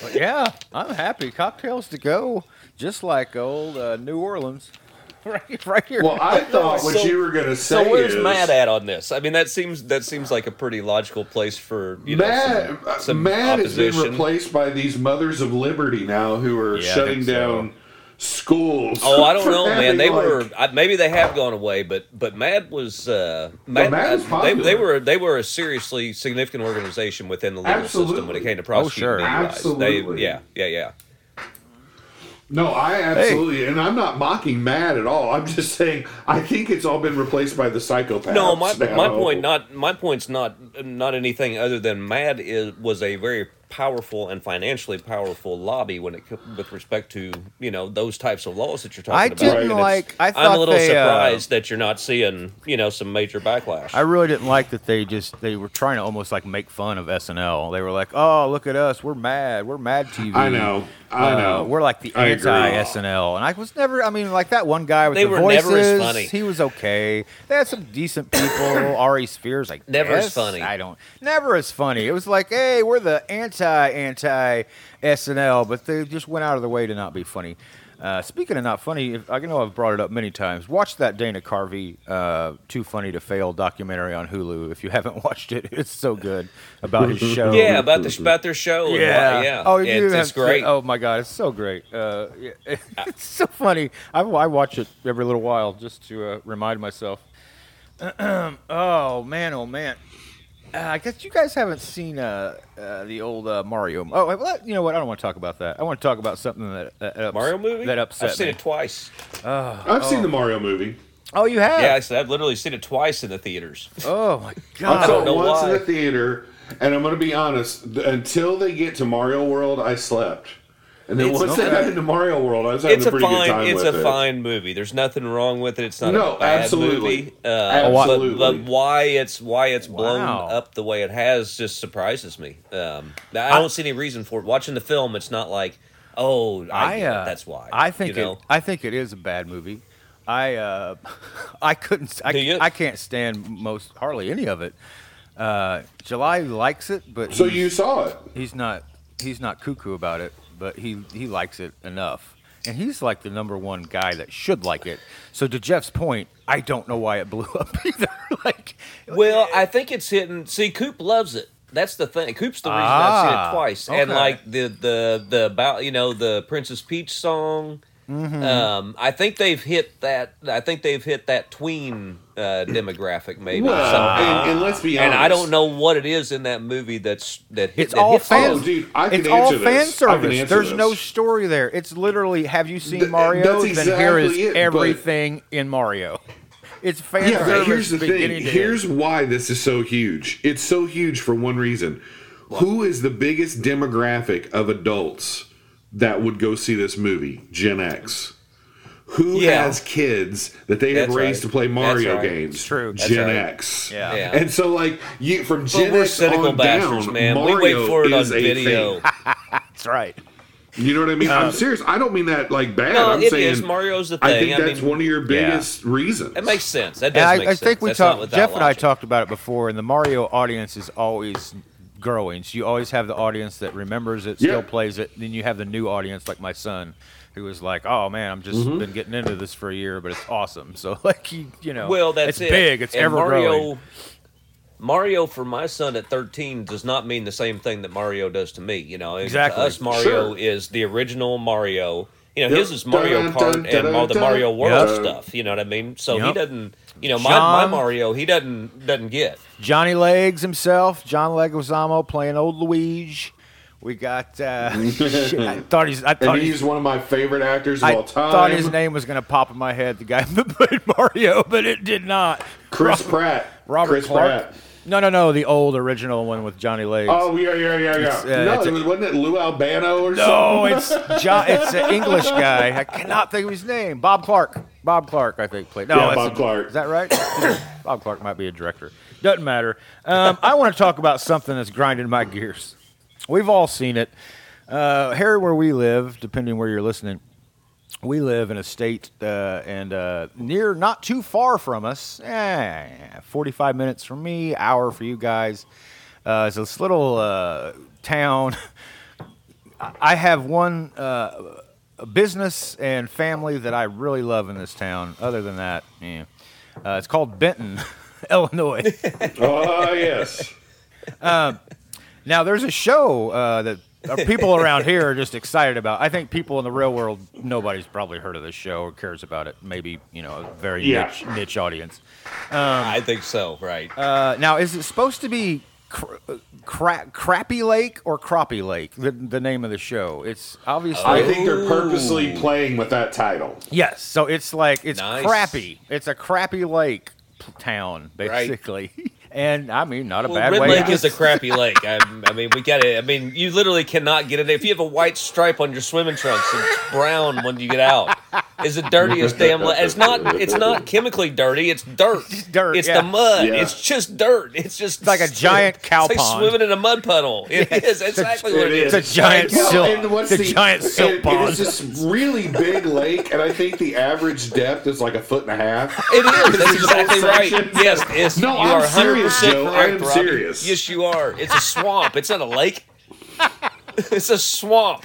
[SPEAKER 5] But yeah, I'm happy. Cocktails to go, just like old uh, New Orleans. right, right here.
[SPEAKER 6] Well, I thought what
[SPEAKER 4] So-
[SPEAKER 6] you were going to say
[SPEAKER 4] So where's
[SPEAKER 6] is
[SPEAKER 4] Matt at on this? I mean, that seems that seems like a pretty logical place for you know,
[SPEAKER 6] Matt,
[SPEAKER 4] some, some
[SPEAKER 6] Matt has been
[SPEAKER 4] opposition.
[SPEAKER 6] replaced by these mothers of liberty now who are
[SPEAKER 4] Yeah, I
[SPEAKER 6] shutting
[SPEAKER 4] think so.
[SPEAKER 6] down schools.
[SPEAKER 4] Oh, I don't
[SPEAKER 6] for
[SPEAKER 4] know, man.
[SPEAKER 6] having,
[SPEAKER 4] They
[SPEAKER 6] like-
[SPEAKER 4] were I, maybe they have gone away, but but Matt was uh, Matt,
[SPEAKER 6] Matt was
[SPEAKER 4] uh, they, they
[SPEAKER 6] popular.
[SPEAKER 4] were they were a seriously significant organization within the legal system when it
[SPEAKER 6] Absolutely.
[SPEAKER 4] came to prosecuting.
[SPEAKER 5] Oh, sure.
[SPEAKER 4] these guys.
[SPEAKER 6] Absolutely.
[SPEAKER 4] They, yeah, yeah, yeah.
[SPEAKER 6] No, I absolutely, and I'm not mocking Matt at all. I'm just saying I think it's all been replaced by the psychopaths.
[SPEAKER 4] No, my,
[SPEAKER 6] now.
[SPEAKER 4] my point not my point's not not anything other than Mad is was a very powerful and financially powerful lobby when it co- with respect to you know those types of laws that you're talking
[SPEAKER 5] I
[SPEAKER 4] about.
[SPEAKER 5] didn't
[SPEAKER 4] And it's-
[SPEAKER 5] like- I
[SPEAKER 4] I'm
[SPEAKER 5] thought
[SPEAKER 4] a little
[SPEAKER 5] they, uh,
[SPEAKER 4] surprised that you're not seeing you know some major backlash.
[SPEAKER 5] I really didn't like that they just they were trying to almost like make fun of SNL. They were like, "Oh, look at us, we're mad, we're mad TV."
[SPEAKER 6] I know, I
[SPEAKER 5] Uh,
[SPEAKER 6] know.
[SPEAKER 5] we're like the
[SPEAKER 6] I agree.
[SPEAKER 5] anti SNL, and I was never. I mean, like that one guy with
[SPEAKER 4] They
[SPEAKER 5] the
[SPEAKER 4] were
[SPEAKER 5] voices.
[SPEAKER 4] never as funny.
[SPEAKER 5] He was okay. They had some decent people. Ari Spears, like
[SPEAKER 4] Never as funny.
[SPEAKER 5] I don't. Never as funny. It was like, hey, we're the anti anti SNL, but they just went out of their way to not be funny. Uh, speaking of not funny, if, I know I've brought it up many times. Watch that Dana Carvey uh, "Too Funny to Fail" documentary on Hulu. If you haven't watched it, it's so good about his
[SPEAKER 6] Oh,
[SPEAKER 5] show.
[SPEAKER 4] yeah, about the about their show. and why- yeah.
[SPEAKER 5] Oh, you
[SPEAKER 4] It's-
[SPEAKER 5] have
[SPEAKER 4] it's great.
[SPEAKER 5] oh my god, it's so great. Uh, yeah, it's so funny. I, I watch it every little while just to uh, remind myself. oh man, oh man. Uh, I guess you guys haven't seen uh, uh, the old uh, Mario. Oh, well, you know what? I don't want to talk about that. I want to talk about something that, that ups-
[SPEAKER 4] Mario movie
[SPEAKER 5] that upset
[SPEAKER 4] I've seen
[SPEAKER 5] me.
[SPEAKER 4] it twice.
[SPEAKER 6] I've seen the Mario movie.
[SPEAKER 5] oh, you have?
[SPEAKER 4] Yeah, I said, I've literally seen it twice in the theaters.
[SPEAKER 5] Oh my
[SPEAKER 6] I
[SPEAKER 5] god.
[SPEAKER 6] saw
[SPEAKER 4] don't
[SPEAKER 6] it
[SPEAKER 4] know
[SPEAKER 6] once in
[SPEAKER 4] why.
[SPEAKER 6] the theater, and I'm going to be honest. th- Until they get to Mario World, I slept, and then
[SPEAKER 4] It's
[SPEAKER 6] once they
[SPEAKER 4] okay.
[SPEAKER 6] got into Mario World, I was having
[SPEAKER 4] It's
[SPEAKER 6] a
[SPEAKER 4] a
[SPEAKER 6] pretty good time
[SPEAKER 4] fine, it's
[SPEAKER 6] with
[SPEAKER 4] a
[SPEAKER 6] it.
[SPEAKER 4] fine movie. There's nothing wrong with it. It's not
[SPEAKER 6] No,
[SPEAKER 4] a bad
[SPEAKER 6] absolutely.
[SPEAKER 4] movie. Uh,
[SPEAKER 6] Absolutely.
[SPEAKER 4] But, but why it's why it's blown
[SPEAKER 5] Wow.
[SPEAKER 4] up the way it has just surprises me. Um, I don't see any reason for it. Watching the film, it's not like, oh, I, get it,
[SPEAKER 5] uh,
[SPEAKER 4] that's why.
[SPEAKER 5] I think
[SPEAKER 4] you know?
[SPEAKER 5] it, I think it is a bad movie. I uh, I couldn't I,
[SPEAKER 4] Do you?
[SPEAKER 5] I can't stand most hardly any of it. Uh, July likes it, but
[SPEAKER 6] So
[SPEAKER 5] he's,
[SPEAKER 6] you saw it?
[SPEAKER 5] he's not he's not cuckoo about it, but he he likes it enough. And he's like the number one guy that should like it. So to Jeff's point, I don't know why it blew up either. like
[SPEAKER 4] Well, I think it's hitting. See, Coop loves it. That's the thing. Coop's the reason I've seen
[SPEAKER 5] Ah,
[SPEAKER 4] it twice. And
[SPEAKER 5] okay.
[SPEAKER 4] like the the the about you know the Princess Peach song. Um, I think they've hit that. I think they've hit that tween uh, demographic maybe. or
[SPEAKER 6] Well,
[SPEAKER 4] something.
[SPEAKER 6] and, and let's be honest.
[SPEAKER 4] and I don't know what it is in that movie that's that hit.
[SPEAKER 5] It's
[SPEAKER 4] that
[SPEAKER 5] all
[SPEAKER 4] hits
[SPEAKER 5] fan.
[SPEAKER 4] home.
[SPEAKER 6] Oh, dude, I can
[SPEAKER 5] it's all
[SPEAKER 6] answer
[SPEAKER 5] fan
[SPEAKER 6] this. I can
[SPEAKER 5] service.
[SPEAKER 6] answer
[SPEAKER 5] There's no
[SPEAKER 6] this.
[SPEAKER 5] story there. It's literally, have you seen
[SPEAKER 6] Th-
[SPEAKER 5] Mario?
[SPEAKER 6] that's
[SPEAKER 5] then here is
[SPEAKER 6] exactly it, but-
[SPEAKER 5] everything in Mario. It's fan
[SPEAKER 6] Yeah, but
[SPEAKER 5] service.
[SPEAKER 6] here's the
[SPEAKER 5] beginning
[SPEAKER 6] thing.
[SPEAKER 5] to
[SPEAKER 6] Here's
[SPEAKER 5] end.
[SPEAKER 6] why this is so huge. It's so huge for one reason. Who is the biggest demographic of adults that would go see this movie? Gen X. Who
[SPEAKER 4] Yeah.
[SPEAKER 6] has kids that they have
[SPEAKER 4] That's
[SPEAKER 6] raised
[SPEAKER 4] right.
[SPEAKER 6] to play Mario
[SPEAKER 4] right.
[SPEAKER 6] games?
[SPEAKER 5] It's true. That's
[SPEAKER 6] Gen
[SPEAKER 4] right.
[SPEAKER 6] X.
[SPEAKER 5] Yeah.
[SPEAKER 4] Yeah.
[SPEAKER 6] And so, like, you from Gen
[SPEAKER 4] we're
[SPEAKER 6] X
[SPEAKER 4] cynical
[SPEAKER 6] Oh, on
[SPEAKER 4] bastards,
[SPEAKER 6] down,
[SPEAKER 4] man.
[SPEAKER 6] Mario
[SPEAKER 4] we wait for it on
[SPEAKER 6] is a
[SPEAKER 4] video.
[SPEAKER 6] thing.
[SPEAKER 5] That's right.
[SPEAKER 6] You know what I mean?
[SPEAKER 5] Um,
[SPEAKER 6] I'm serious. I don't mean that like bad.
[SPEAKER 4] No,
[SPEAKER 6] I'm
[SPEAKER 4] it is.
[SPEAKER 6] saying
[SPEAKER 4] Mario's the
[SPEAKER 6] I
[SPEAKER 4] thing.
[SPEAKER 6] think
[SPEAKER 4] I
[SPEAKER 6] that's
[SPEAKER 4] mean-
[SPEAKER 6] one of your
[SPEAKER 5] Yeah.
[SPEAKER 6] biggest reasons.
[SPEAKER 4] That makes sense. That does
[SPEAKER 5] And I,
[SPEAKER 4] make
[SPEAKER 5] I
[SPEAKER 4] sense.
[SPEAKER 5] think we
[SPEAKER 4] That's not
[SPEAKER 5] talked.
[SPEAKER 4] without
[SPEAKER 5] Jeff and I
[SPEAKER 4] logic.
[SPEAKER 5] talked about it before, and the Mario audience is always growing. So you always have the audience that remembers it,
[SPEAKER 6] Yeah.
[SPEAKER 5] still plays it. Then you have the new audience, like my son, who was like, "Oh man, I'm just
[SPEAKER 6] Mm-hmm.
[SPEAKER 5] been getting into this for a year, but it's awesome." So like you, you know,
[SPEAKER 4] Well,
[SPEAKER 5] it's
[SPEAKER 4] that's it.
[SPEAKER 5] big, it's
[SPEAKER 4] And
[SPEAKER 5] ever growing.
[SPEAKER 4] Mario for my son at 13 does not mean the same thing that Mario does to me. You know, And
[SPEAKER 5] Exactly.
[SPEAKER 4] To us, Mario
[SPEAKER 6] Sure.
[SPEAKER 4] is the original Mario. You know,
[SPEAKER 6] Yep.
[SPEAKER 4] his is Mario
[SPEAKER 6] Dun,
[SPEAKER 4] Kart
[SPEAKER 6] dun, dun,
[SPEAKER 4] and all the
[SPEAKER 6] dun,
[SPEAKER 4] Mario
[SPEAKER 6] dun.
[SPEAKER 4] World
[SPEAKER 6] Yep.
[SPEAKER 4] stuff. You know what I mean? So he
[SPEAKER 5] Yep.
[SPEAKER 4] doesn't. You know, my, my
[SPEAKER 5] John-
[SPEAKER 4] Mario, he doesn't doesn't get.
[SPEAKER 5] Johnny Legs himself, John Leguizamo playing old Luigi. We got. Uh, shit, I thought he's. I thought
[SPEAKER 6] And
[SPEAKER 5] he's.
[SPEAKER 6] he's one of my favorite actors of
[SPEAKER 5] I
[SPEAKER 6] all time.
[SPEAKER 5] thought his name was gonna pop in my head. The guy that played Mario, but it did not.
[SPEAKER 6] Chris Pratt.
[SPEAKER 5] Robert
[SPEAKER 6] Chris
[SPEAKER 5] Clark.
[SPEAKER 6] Pratt.
[SPEAKER 5] No, no, no. The old original one with Johnny Legs.
[SPEAKER 6] Oh yeah, yeah, yeah, yeah.
[SPEAKER 5] It's, uh,
[SPEAKER 6] no,
[SPEAKER 5] it's a-
[SPEAKER 6] it was, wasn't it Lou Albano or
[SPEAKER 5] no,
[SPEAKER 6] something?
[SPEAKER 5] it's John, it's an English guy. I cannot think of his name. Bob Clark. Bob Clark, I think played. No,
[SPEAKER 6] Yeah,
[SPEAKER 5] that's
[SPEAKER 6] Bob
[SPEAKER 5] a-
[SPEAKER 6] Clark.
[SPEAKER 5] Is that right? Bob Clark might be a director. Doesn't matter. Um, I want to talk about something that's grinding my gears. We've all seen it. Uh, here, where we live, depending where you're listening, we live in a state uh, and uh, near, not too far from us, eh, 45 minutes from me, hour for you guys. Uh, it's this little uh, town. I have one uh, business and family that I really love in this town. Other than that, yeah. Uh, it's called Benton, Illinois.
[SPEAKER 6] Oh yes.
[SPEAKER 5] Now, there's a show uh, that uh, people around here are just excited about. I think people in the real world, nobody's probably heard of this show or cares about it. Maybe, you know, a very
[SPEAKER 6] Yeah.
[SPEAKER 5] niche, niche audience.
[SPEAKER 4] I think so. Right.
[SPEAKER 5] Uh, now, is it supposed to be cr- uh, cra- Crappy Lake or Crappy Lake, the, the name of the show? It's obviously.
[SPEAKER 6] I think
[SPEAKER 5] Oh.
[SPEAKER 6] they're purposely playing with that title.
[SPEAKER 5] Yes. So it's like it's
[SPEAKER 4] Nice.
[SPEAKER 5] crappy. It's a crappy lake p- town,
[SPEAKER 4] Right.
[SPEAKER 5] basically. and I mean, not a
[SPEAKER 4] Well,
[SPEAKER 5] bad
[SPEAKER 4] Red
[SPEAKER 5] way.
[SPEAKER 4] Lake
[SPEAKER 5] to-
[SPEAKER 4] is a crappy lake. I, I mean, we got it. I mean, you literally cannot get in there. If you have a white stripe on your swimming trunks, it's brown when you get out. It's the dirtiest damn. La- it's not. It's not chemically dirty. It's dirt.
[SPEAKER 5] dirt,
[SPEAKER 4] It's
[SPEAKER 5] yeah.
[SPEAKER 4] the mud.
[SPEAKER 6] Yeah.
[SPEAKER 4] It's just dirt. It's just
[SPEAKER 5] like a giant cow
[SPEAKER 4] It's like
[SPEAKER 5] pond.
[SPEAKER 4] swimming in a mud puddle. It is exactly what it is.
[SPEAKER 5] It's a giant
[SPEAKER 6] I know,
[SPEAKER 5] silk.
[SPEAKER 6] and what's
[SPEAKER 5] It's a giant silk
[SPEAKER 6] it- It
[SPEAKER 5] pond.
[SPEAKER 6] is this really big lake, and I think the average depth is like a foot and a half.
[SPEAKER 4] It is. That's
[SPEAKER 6] This is
[SPEAKER 4] exactly
[SPEAKER 6] all
[SPEAKER 4] right.
[SPEAKER 6] section.
[SPEAKER 4] Yes, yes.
[SPEAKER 6] No,
[SPEAKER 4] you
[SPEAKER 6] I'm
[SPEAKER 4] are 100%
[SPEAKER 6] serious, Joe. I
[SPEAKER 4] correct,
[SPEAKER 6] am
[SPEAKER 4] Robbie.
[SPEAKER 6] serious.
[SPEAKER 4] Yes, you are. It's a swamp. It's not a lake. it's a swamp.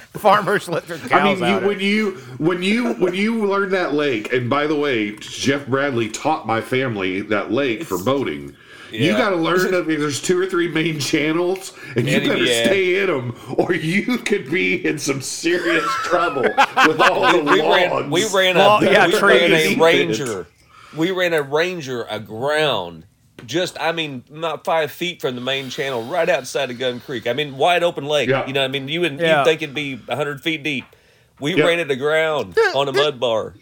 [SPEAKER 5] farmers let their cows
[SPEAKER 6] I mean,
[SPEAKER 5] out.
[SPEAKER 6] you, when you when you when you learn that lake, and by the way, Jeff Bradley taught my family that lake for boating. You
[SPEAKER 4] Yeah.
[SPEAKER 6] got to learn that there's two or three main channels, and you
[SPEAKER 4] And,
[SPEAKER 6] better
[SPEAKER 4] yeah.
[SPEAKER 6] stay in them, or you could be in some serious trouble with all the
[SPEAKER 4] we
[SPEAKER 6] logs.
[SPEAKER 4] ran, we ran a
[SPEAKER 5] Well, yeah,
[SPEAKER 4] we
[SPEAKER 5] trees.
[SPEAKER 4] ran a
[SPEAKER 6] Trees.
[SPEAKER 4] ranger. We ran a ranger aground. Just, I mean, not five feet from the main channel, right outside of Gun Creek. I mean, wide open lake.
[SPEAKER 6] Yeah.
[SPEAKER 4] You know, what I mean, you would
[SPEAKER 5] Yeah.
[SPEAKER 4] you'd think it'd be hundred feet deep. We
[SPEAKER 6] Yeah.
[SPEAKER 4] ran it aground on a mud bar.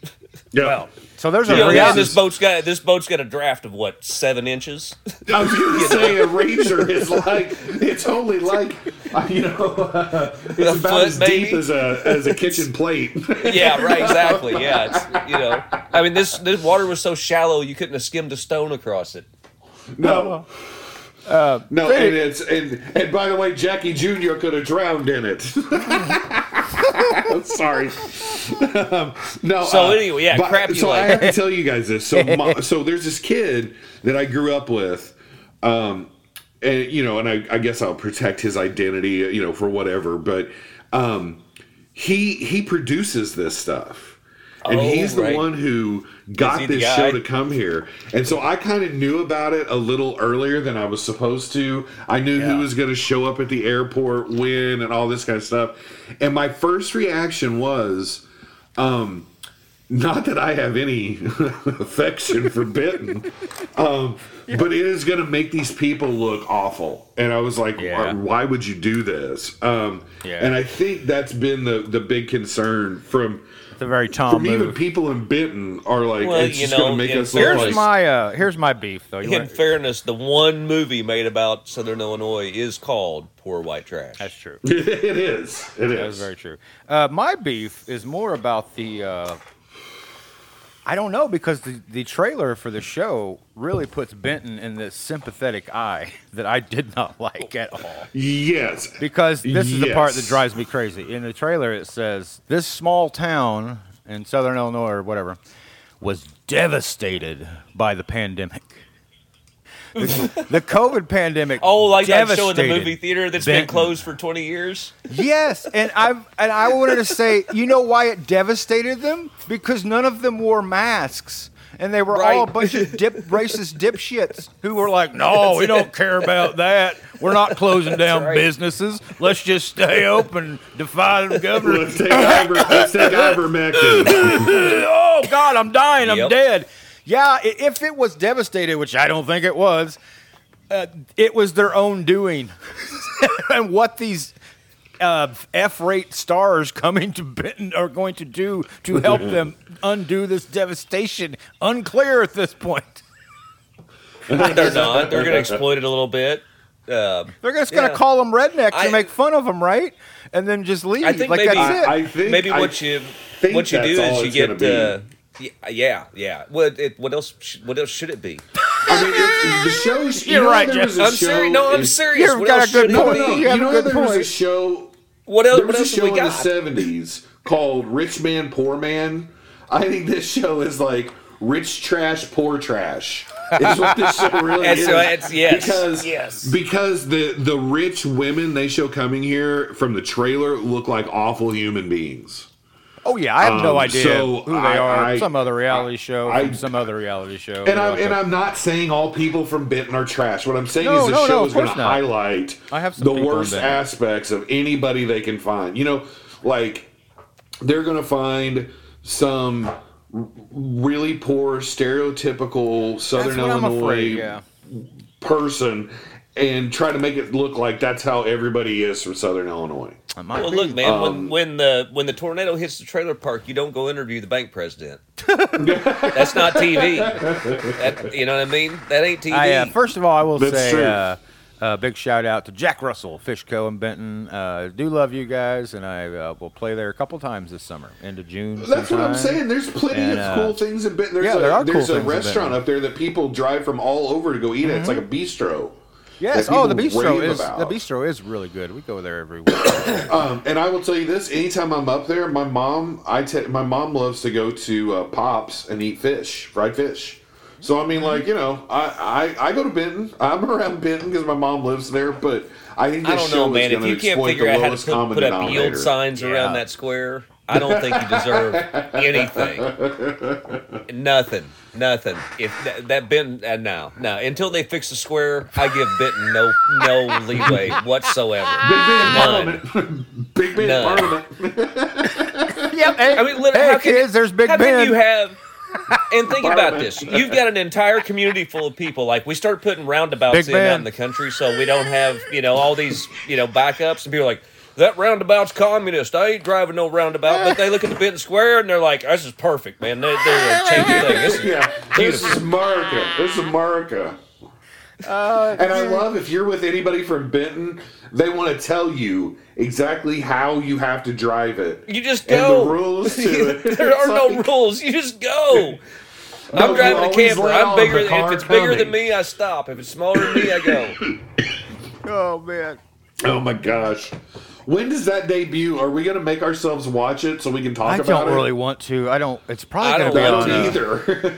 [SPEAKER 6] Yeah.
[SPEAKER 5] so there's a
[SPEAKER 4] You know,
[SPEAKER 5] reality.
[SPEAKER 4] and this boat's got this boat's got a draft of what seven inches.
[SPEAKER 6] I was going to say a razor is like it's only like uh, you know uh, it's
[SPEAKER 4] A
[SPEAKER 6] about
[SPEAKER 4] foot,
[SPEAKER 6] as deep
[SPEAKER 4] maybe?
[SPEAKER 6] as a as a kitchen plate.
[SPEAKER 4] yeah, right, exactly. Yeah, it's, you know, I mean, this this water was so shallow you couldn't have skimmed a stone across it.
[SPEAKER 6] No.
[SPEAKER 4] Uh,
[SPEAKER 6] no, and it's and and by the way, Jackie Jr. could have drowned in it. I'm sorry. Um, no.
[SPEAKER 4] So anyway, yeah, crappy
[SPEAKER 6] So I
[SPEAKER 4] life.
[SPEAKER 6] have to tell you guys this. So my, so there's this kid that I grew up with, um, and you know, and I, I guess I'll protect his identity, you know, for whatever. But um, he he produces this stuff, and
[SPEAKER 4] Oh,
[SPEAKER 6] he's the
[SPEAKER 4] right.
[SPEAKER 6] one who got
[SPEAKER 4] he the
[SPEAKER 6] this show
[SPEAKER 4] guy?
[SPEAKER 6] to come here. And so I kind of knew about it a little earlier than I was supposed to. I knew who was going to show up at the airport when and all this kind of stuff. And my first reaction was um not that I have any affection for Benton, um, but it is going to make these people look awful. And I was like,
[SPEAKER 5] Yeah.
[SPEAKER 6] why, why would you do this? Um,
[SPEAKER 5] Yeah.
[SPEAKER 6] And I think that's been the, the big concern from
[SPEAKER 5] it's a very Tom
[SPEAKER 6] from even
[SPEAKER 5] move.
[SPEAKER 6] people in Benton are like,
[SPEAKER 4] Well,
[SPEAKER 6] it's
[SPEAKER 4] you
[SPEAKER 6] just
[SPEAKER 4] know,
[SPEAKER 6] going to make
[SPEAKER 4] in
[SPEAKER 6] us look
[SPEAKER 4] fairness-
[SPEAKER 6] like.
[SPEAKER 5] Here's my uh, here's my beef though. You
[SPEAKER 4] In
[SPEAKER 5] wanna-
[SPEAKER 4] fairness, the one movie made about Southern Illinois is called Poor White Trash.
[SPEAKER 5] that's true.
[SPEAKER 6] it is. It
[SPEAKER 5] That is
[SPEAKER 6] is.
[SPEAKER 5] very true. Uh, my beef is more about the. Uh, I don't know because the, the trailer for the show really puts Benton in this sympathetic eye that I did not like at all.
[SPEAKER 6] Yes.
[SPEAKER 5] Because this is the part that
[SPEAKER 6] Yes.
[SPEAKER 5] drives me crazy. In the trailer, it says this small town in southern Illinois or whatever was devastated by the pandemic. The, the COVID pandemic.
[SPEAKER 4] Oh, like that show in the
[SPEAKER 5] devastated
[SPEAKER 4] movie theater that's
[SPEAKER 5] Benton.
[SPEAKER 4] been closed for 20 years?
[SPEAKER 5] Yes, and I've and I wanted to say, you know why it devastated them? Because none of them wore masks. And they were all a
[SPEAKER 4] Right.
[SPEAKER 5] bunch of dip, racist dipshits who were like, "No, we don't care about that. We're not closing down
[SPEAKER 4] right.
[SPEAKER 5] businesses. Let's just stay open, defy the governor."
[SPEAKER 6] Let's take, Iver, let's take ivermectin.
[SPEAKER 5] oh God, I'm dying. I'm
[SPEAKER 4] Yep.
[SPEAKER 5] dead. Yeah, i- if it was devastated, which I don't think it was, uh, it was their own doing, and what these uh, F-rate stars coming to Benton are going to do to help them undo this devastation, unclear at this point.
[SPEAKER 4] They're not. They're going to exploit it a little bit. Uh,
[SPEAKER 5] They're just going to
[SPEAKER 4] Yeah.
[SPEAKER 5] call them rednecks
[SPEAKER 4] I-
[SPEAKER 5] and make fun of them, right? And then just leave.
[SPEAKER 4] I think
[SPEAKER 5] like
[SPEAKER 4] maybe-
[SPEAKER 5] that's it.
[SPEAKER 6] I think
[SPEAKER 4] maybe
[SPEAKER 6] I
[SPEAKER 4] what you
[SPEAKER 6] think
[SPEAKER 4] what you
[SPEAKER 6] that's
[SPEAKER 4] do
[SPEAKER 6] all
[SPEAKER 4] is you
[SPEAKER 6] it's
[SPEAKER 4] get.
[SPEAKER 6] gonna
[SPEAKER 4] Uh, y- yeah, yeah. What it, what else? sh- What else should it be?
[SPEAKER 6] I mean, it, the show's.
[SPEAKER 5] You're
[SPEAKER 6] you know,
[SPEAKER 5] right,
[SPEAKER 6] there
[SPEAKER 5] Jeff.
[SPEAKER 6] was a
[SPEAKER 4] I'm
[SPEAKER 6] show
[SPEAKER 4] serious. No, I'm
[SPEAKER 6] in-
[SPEAKER 4] serious.
[SPEAKER 5] You've
[SPEAKER 4] What
[SPEAKER 5] got a
[SPEAKER 4] else
[SPEAKER 5] good
[SPEAKER 4] should it
[SPEAKER 6] No,
[SPEAKER 5] point.
[SPEAKER 4] be?
[SPEAKER 6] no.
[SPEAKER 5] You have
[SPEAKER 6] You
[SPEAKER 5] a
[SPEAKER 6] know
[SPEAKER 5] good
[SPEAKER 6] there was a
[SPEAKER 5] point.
[SPEAKER 6] show.
[SPEAKER 4] What else?
[SPEAKER 6] There was
[SPEAKER 4] What
[SPEAKER 6] a
[SPEAKER 4] else have
[SPEAKER 6] show
[SPEAKER 4] we
[SPEAKER 6] in the
[SPEAKER 4] got?
[SPEAKER 6] seventies called "Rich Man, Poor Man." I think this show is like "Rich Trash, Poor Trash." Is what this show really
[SPEAKER 4] That's
[SPEAKER 6] is.
[SPEAKER 4] right, it's- yes,
[SPEAKER 6] Because
[SPEAKER 4] yes.
[SPEAKER 6] because the the rich women they show coming here from the trailer look like awful human beings.
[SPEAKER 5] Oh yeah, I have no
[SPEAKER 6] Um,
[SPEAKER 5] idea
[SPEAKER 6] so
[SPEAKER 5] who they
[SPEAKER 6] I-
[SPEAKER 5] are.
[SPEAKER 6] I-
[SPEAKER 5] some other reality show.
[SPEAKER 6] I-
[SPEAKER 5] from some other reality show.
[SPEAKER 6] And I'm
[SPEAKER 5] Okay.
[SPEAKER 6] and I'm not saying all people from Benton are trash. What I'm saying
[SPEAKER 5] No,
[SPEAKER 6] is the
[SPEAKER 5] no, no,
[SPEAKER 6] show
[SPEAKER 5] of
[SPEAKER 6] is going to
[SPEAKER 5] course not.
[SPEAKER 6] highlight
[SPEAKER 5] I have some
[SPEAKER 6] the
[SPEAKER 5] people in
[SPEAKER 6] worst
[SPEAKER 5] Benton.
[SPEAKER 6] aspects of anybody they can find. You know, like they're going to find some r- really poor, stereotypical
[SPEAKER 5] That's
[SPEAKER 6] Southern
[SPEAKER 5] what I'm
[SPEAKER 6] Illinois
[SPEAKER 5] afraid. Yeah.
[SPEAKER 6] person and try to make it look like that's how everybody is from Southern Illinois.
[SPEAKER 5] I might
[SPEAKER 4] Well,
[SPEAKER 5] be.
[SPEAKER 4] look, man.
[SPEAKER 6] Um,
[SPEAKER 4] when, when the when the tornado hits the trailer park, you don't go interview the bank president. That's not TV. That, you know what I mean? That ain't TV.
[SPEAKER 5] I, uh, first of all, I will
[SPEAKER 6] That's
[SPEAKER 5] say
[SPEAKER 6] true.
[SPEAKER 5] uh, a big shout out to Jack Russell, Fishco, and Benton. Uh, do love you guys, and I uh, will play there a couple times this summer, into June.
[SPEAKER 6] That's what I'm
[SPEAKER 5] sometime.
[SPEAKER 6] saying. There's plenty of
[SPEAKER 5] And, uh,
[SPEAKER 6] cool things in Benton. There's
[SPEAKER 5] yeah,
[SPEAKER 6] a,
[SPEAKER 5] there are cool
[SPEAKER 6] there's
[SPEAKER 5] things
[SPEAKER 6] a
[SPEAKER 5] in
[SPEAKER 6] restaurant
[SPEAKER 5] Benton.
[SPEAKER 6] up there that people drive from all over to go eat at. It's like a bistro.
[SPEAKER 5] Yes.
[SPEAKER 6] that
[SPEAKER 5] Oh, the
[SPEAKER 6] people
[SPEAKER 5] bistro
[SPEAKER 6] rave
[SPEAKER 5] is
[SPEAKER 6] about.
[SPEAKER 5] the bistro is really good. We go there every week.
[SPEAKER 6] Um, and I will tell you this: anytime I'm up there, my mom, I te- my mom loves to go to uh, Pops and eat fish, fried fish. So I mean, like you know, I I, I go to Benton. I'm around Benton because my mom lives there. But I think this
[SPEAKER 4] I don't
[SPEAKER 6] show
[SPEAKER 4] know, man.
[SPEAKER 6] is
[SPEAKER 4] If
[SPEAKER 6] going to
[SPEAKER 4] you can't
[SPEAKER 6] exploit
[SPEAKER 4] figure
[SPEAKER 6] the
[SPEAKER 4] out how
[SPEAKER 6] lowest
[SPEAKER 4] to put,
[SPEAKER 6] common
[SPEAKER 4] put up
[SPEAKER 6] denominator.
[SPEAKER 4] yield signs around that square, I don't think you deserve anything. nothing. Nothing. If that, that Benton, uh, no, no. Until they fix the square, I give Benton no no leeway whatsoever.
[SPEAKER 6] Big Ben
[SPEAKER 4] None.
[SPEAKER 6] Parliament. Big Ben
[SPEAKER 4] None.
[SPEAKER 6] Parliament.
[SPEAKER 5] yep. Hey,
[SPEAKER 4] I mean, literally,
[SPEAKER 5] hey,
[SPEAKER 4] how can,
[SPEAKER 5] kids, there's Big
[SPEAKER 4] how
[SPEAKER 5] Ben.
[SPEAKER 4] can you have? And think about this: you've got an entire community full of people. Like we start putting roundabouts
[SPEAKER 5] Big
[SPEAKER 4] in
[SPEAKER 5] Ben.
[SPEAKER 4] out in the country, so we don't have you know all these you know backups, and people are like. That roundabout's communist. I ain't driving no roundabout, but they look at the Benton Square and they're like, "This is perfect, man. They, they're a change thing. This is
[SPEAKER 6] Yeah, this is America. This is America. and I love if you're with anybody from Benton, they want to tell you exactly how you have to drive it.
[SPEAKER 4] you just
[SPEAKER 6] and
[SPEAKER 4] go.
[SPEAKER 6] the rules to it.
[SPEAKER 4] there are
[SPEAKER 6] It's
[SPEAKER 4] no
[SPEAKER 6] like,
[SPEAKER 4] rules. You just go.
[SPEAKER 6] no,
[SPEAKER 4] I'm driving
[SPEAKER 6] you
[SPEAKER 4] a
[SPEAKER 6] always
[SPEAKER 4] camper.
[SPEAKER 6] let
[SPEAKER 4] I'm
[SPEAKER 6] all
[SPEAKER 4] bigger.
[SPEAKER 6] the
[SPEAKER 4] Than, if
[SPEAKER 6] car
[SPEAKER 4] it's bigger than
[SPEAKER 6] coming.
[SPEAKER 4] me, I stop. If it's smaller than me, I go.
[SPEAKER 5] oh man.
[SPEAKER 6] Oh my gosh. When does that debut? Are we gonna make ourselves watch it so we can talk
[SPEAKER 5] I
[SPEAKER 6] about
[SPEAKER 5] don't really
[SPEAKER 6] it?
[SPEAKER 5] want to. I don't. It's
[SPEAKER 4] I
[SPEAKER 5] probably going
[SPEAKER 4] don't
[SPEAKER 5] to be
[SPEAKER 6] I
[SPEAKER 4] want
[SPEAKER 5] on.
[SPEAKER 6] don't
[SPEAKER 4] to
[SPEAKER 5] uh,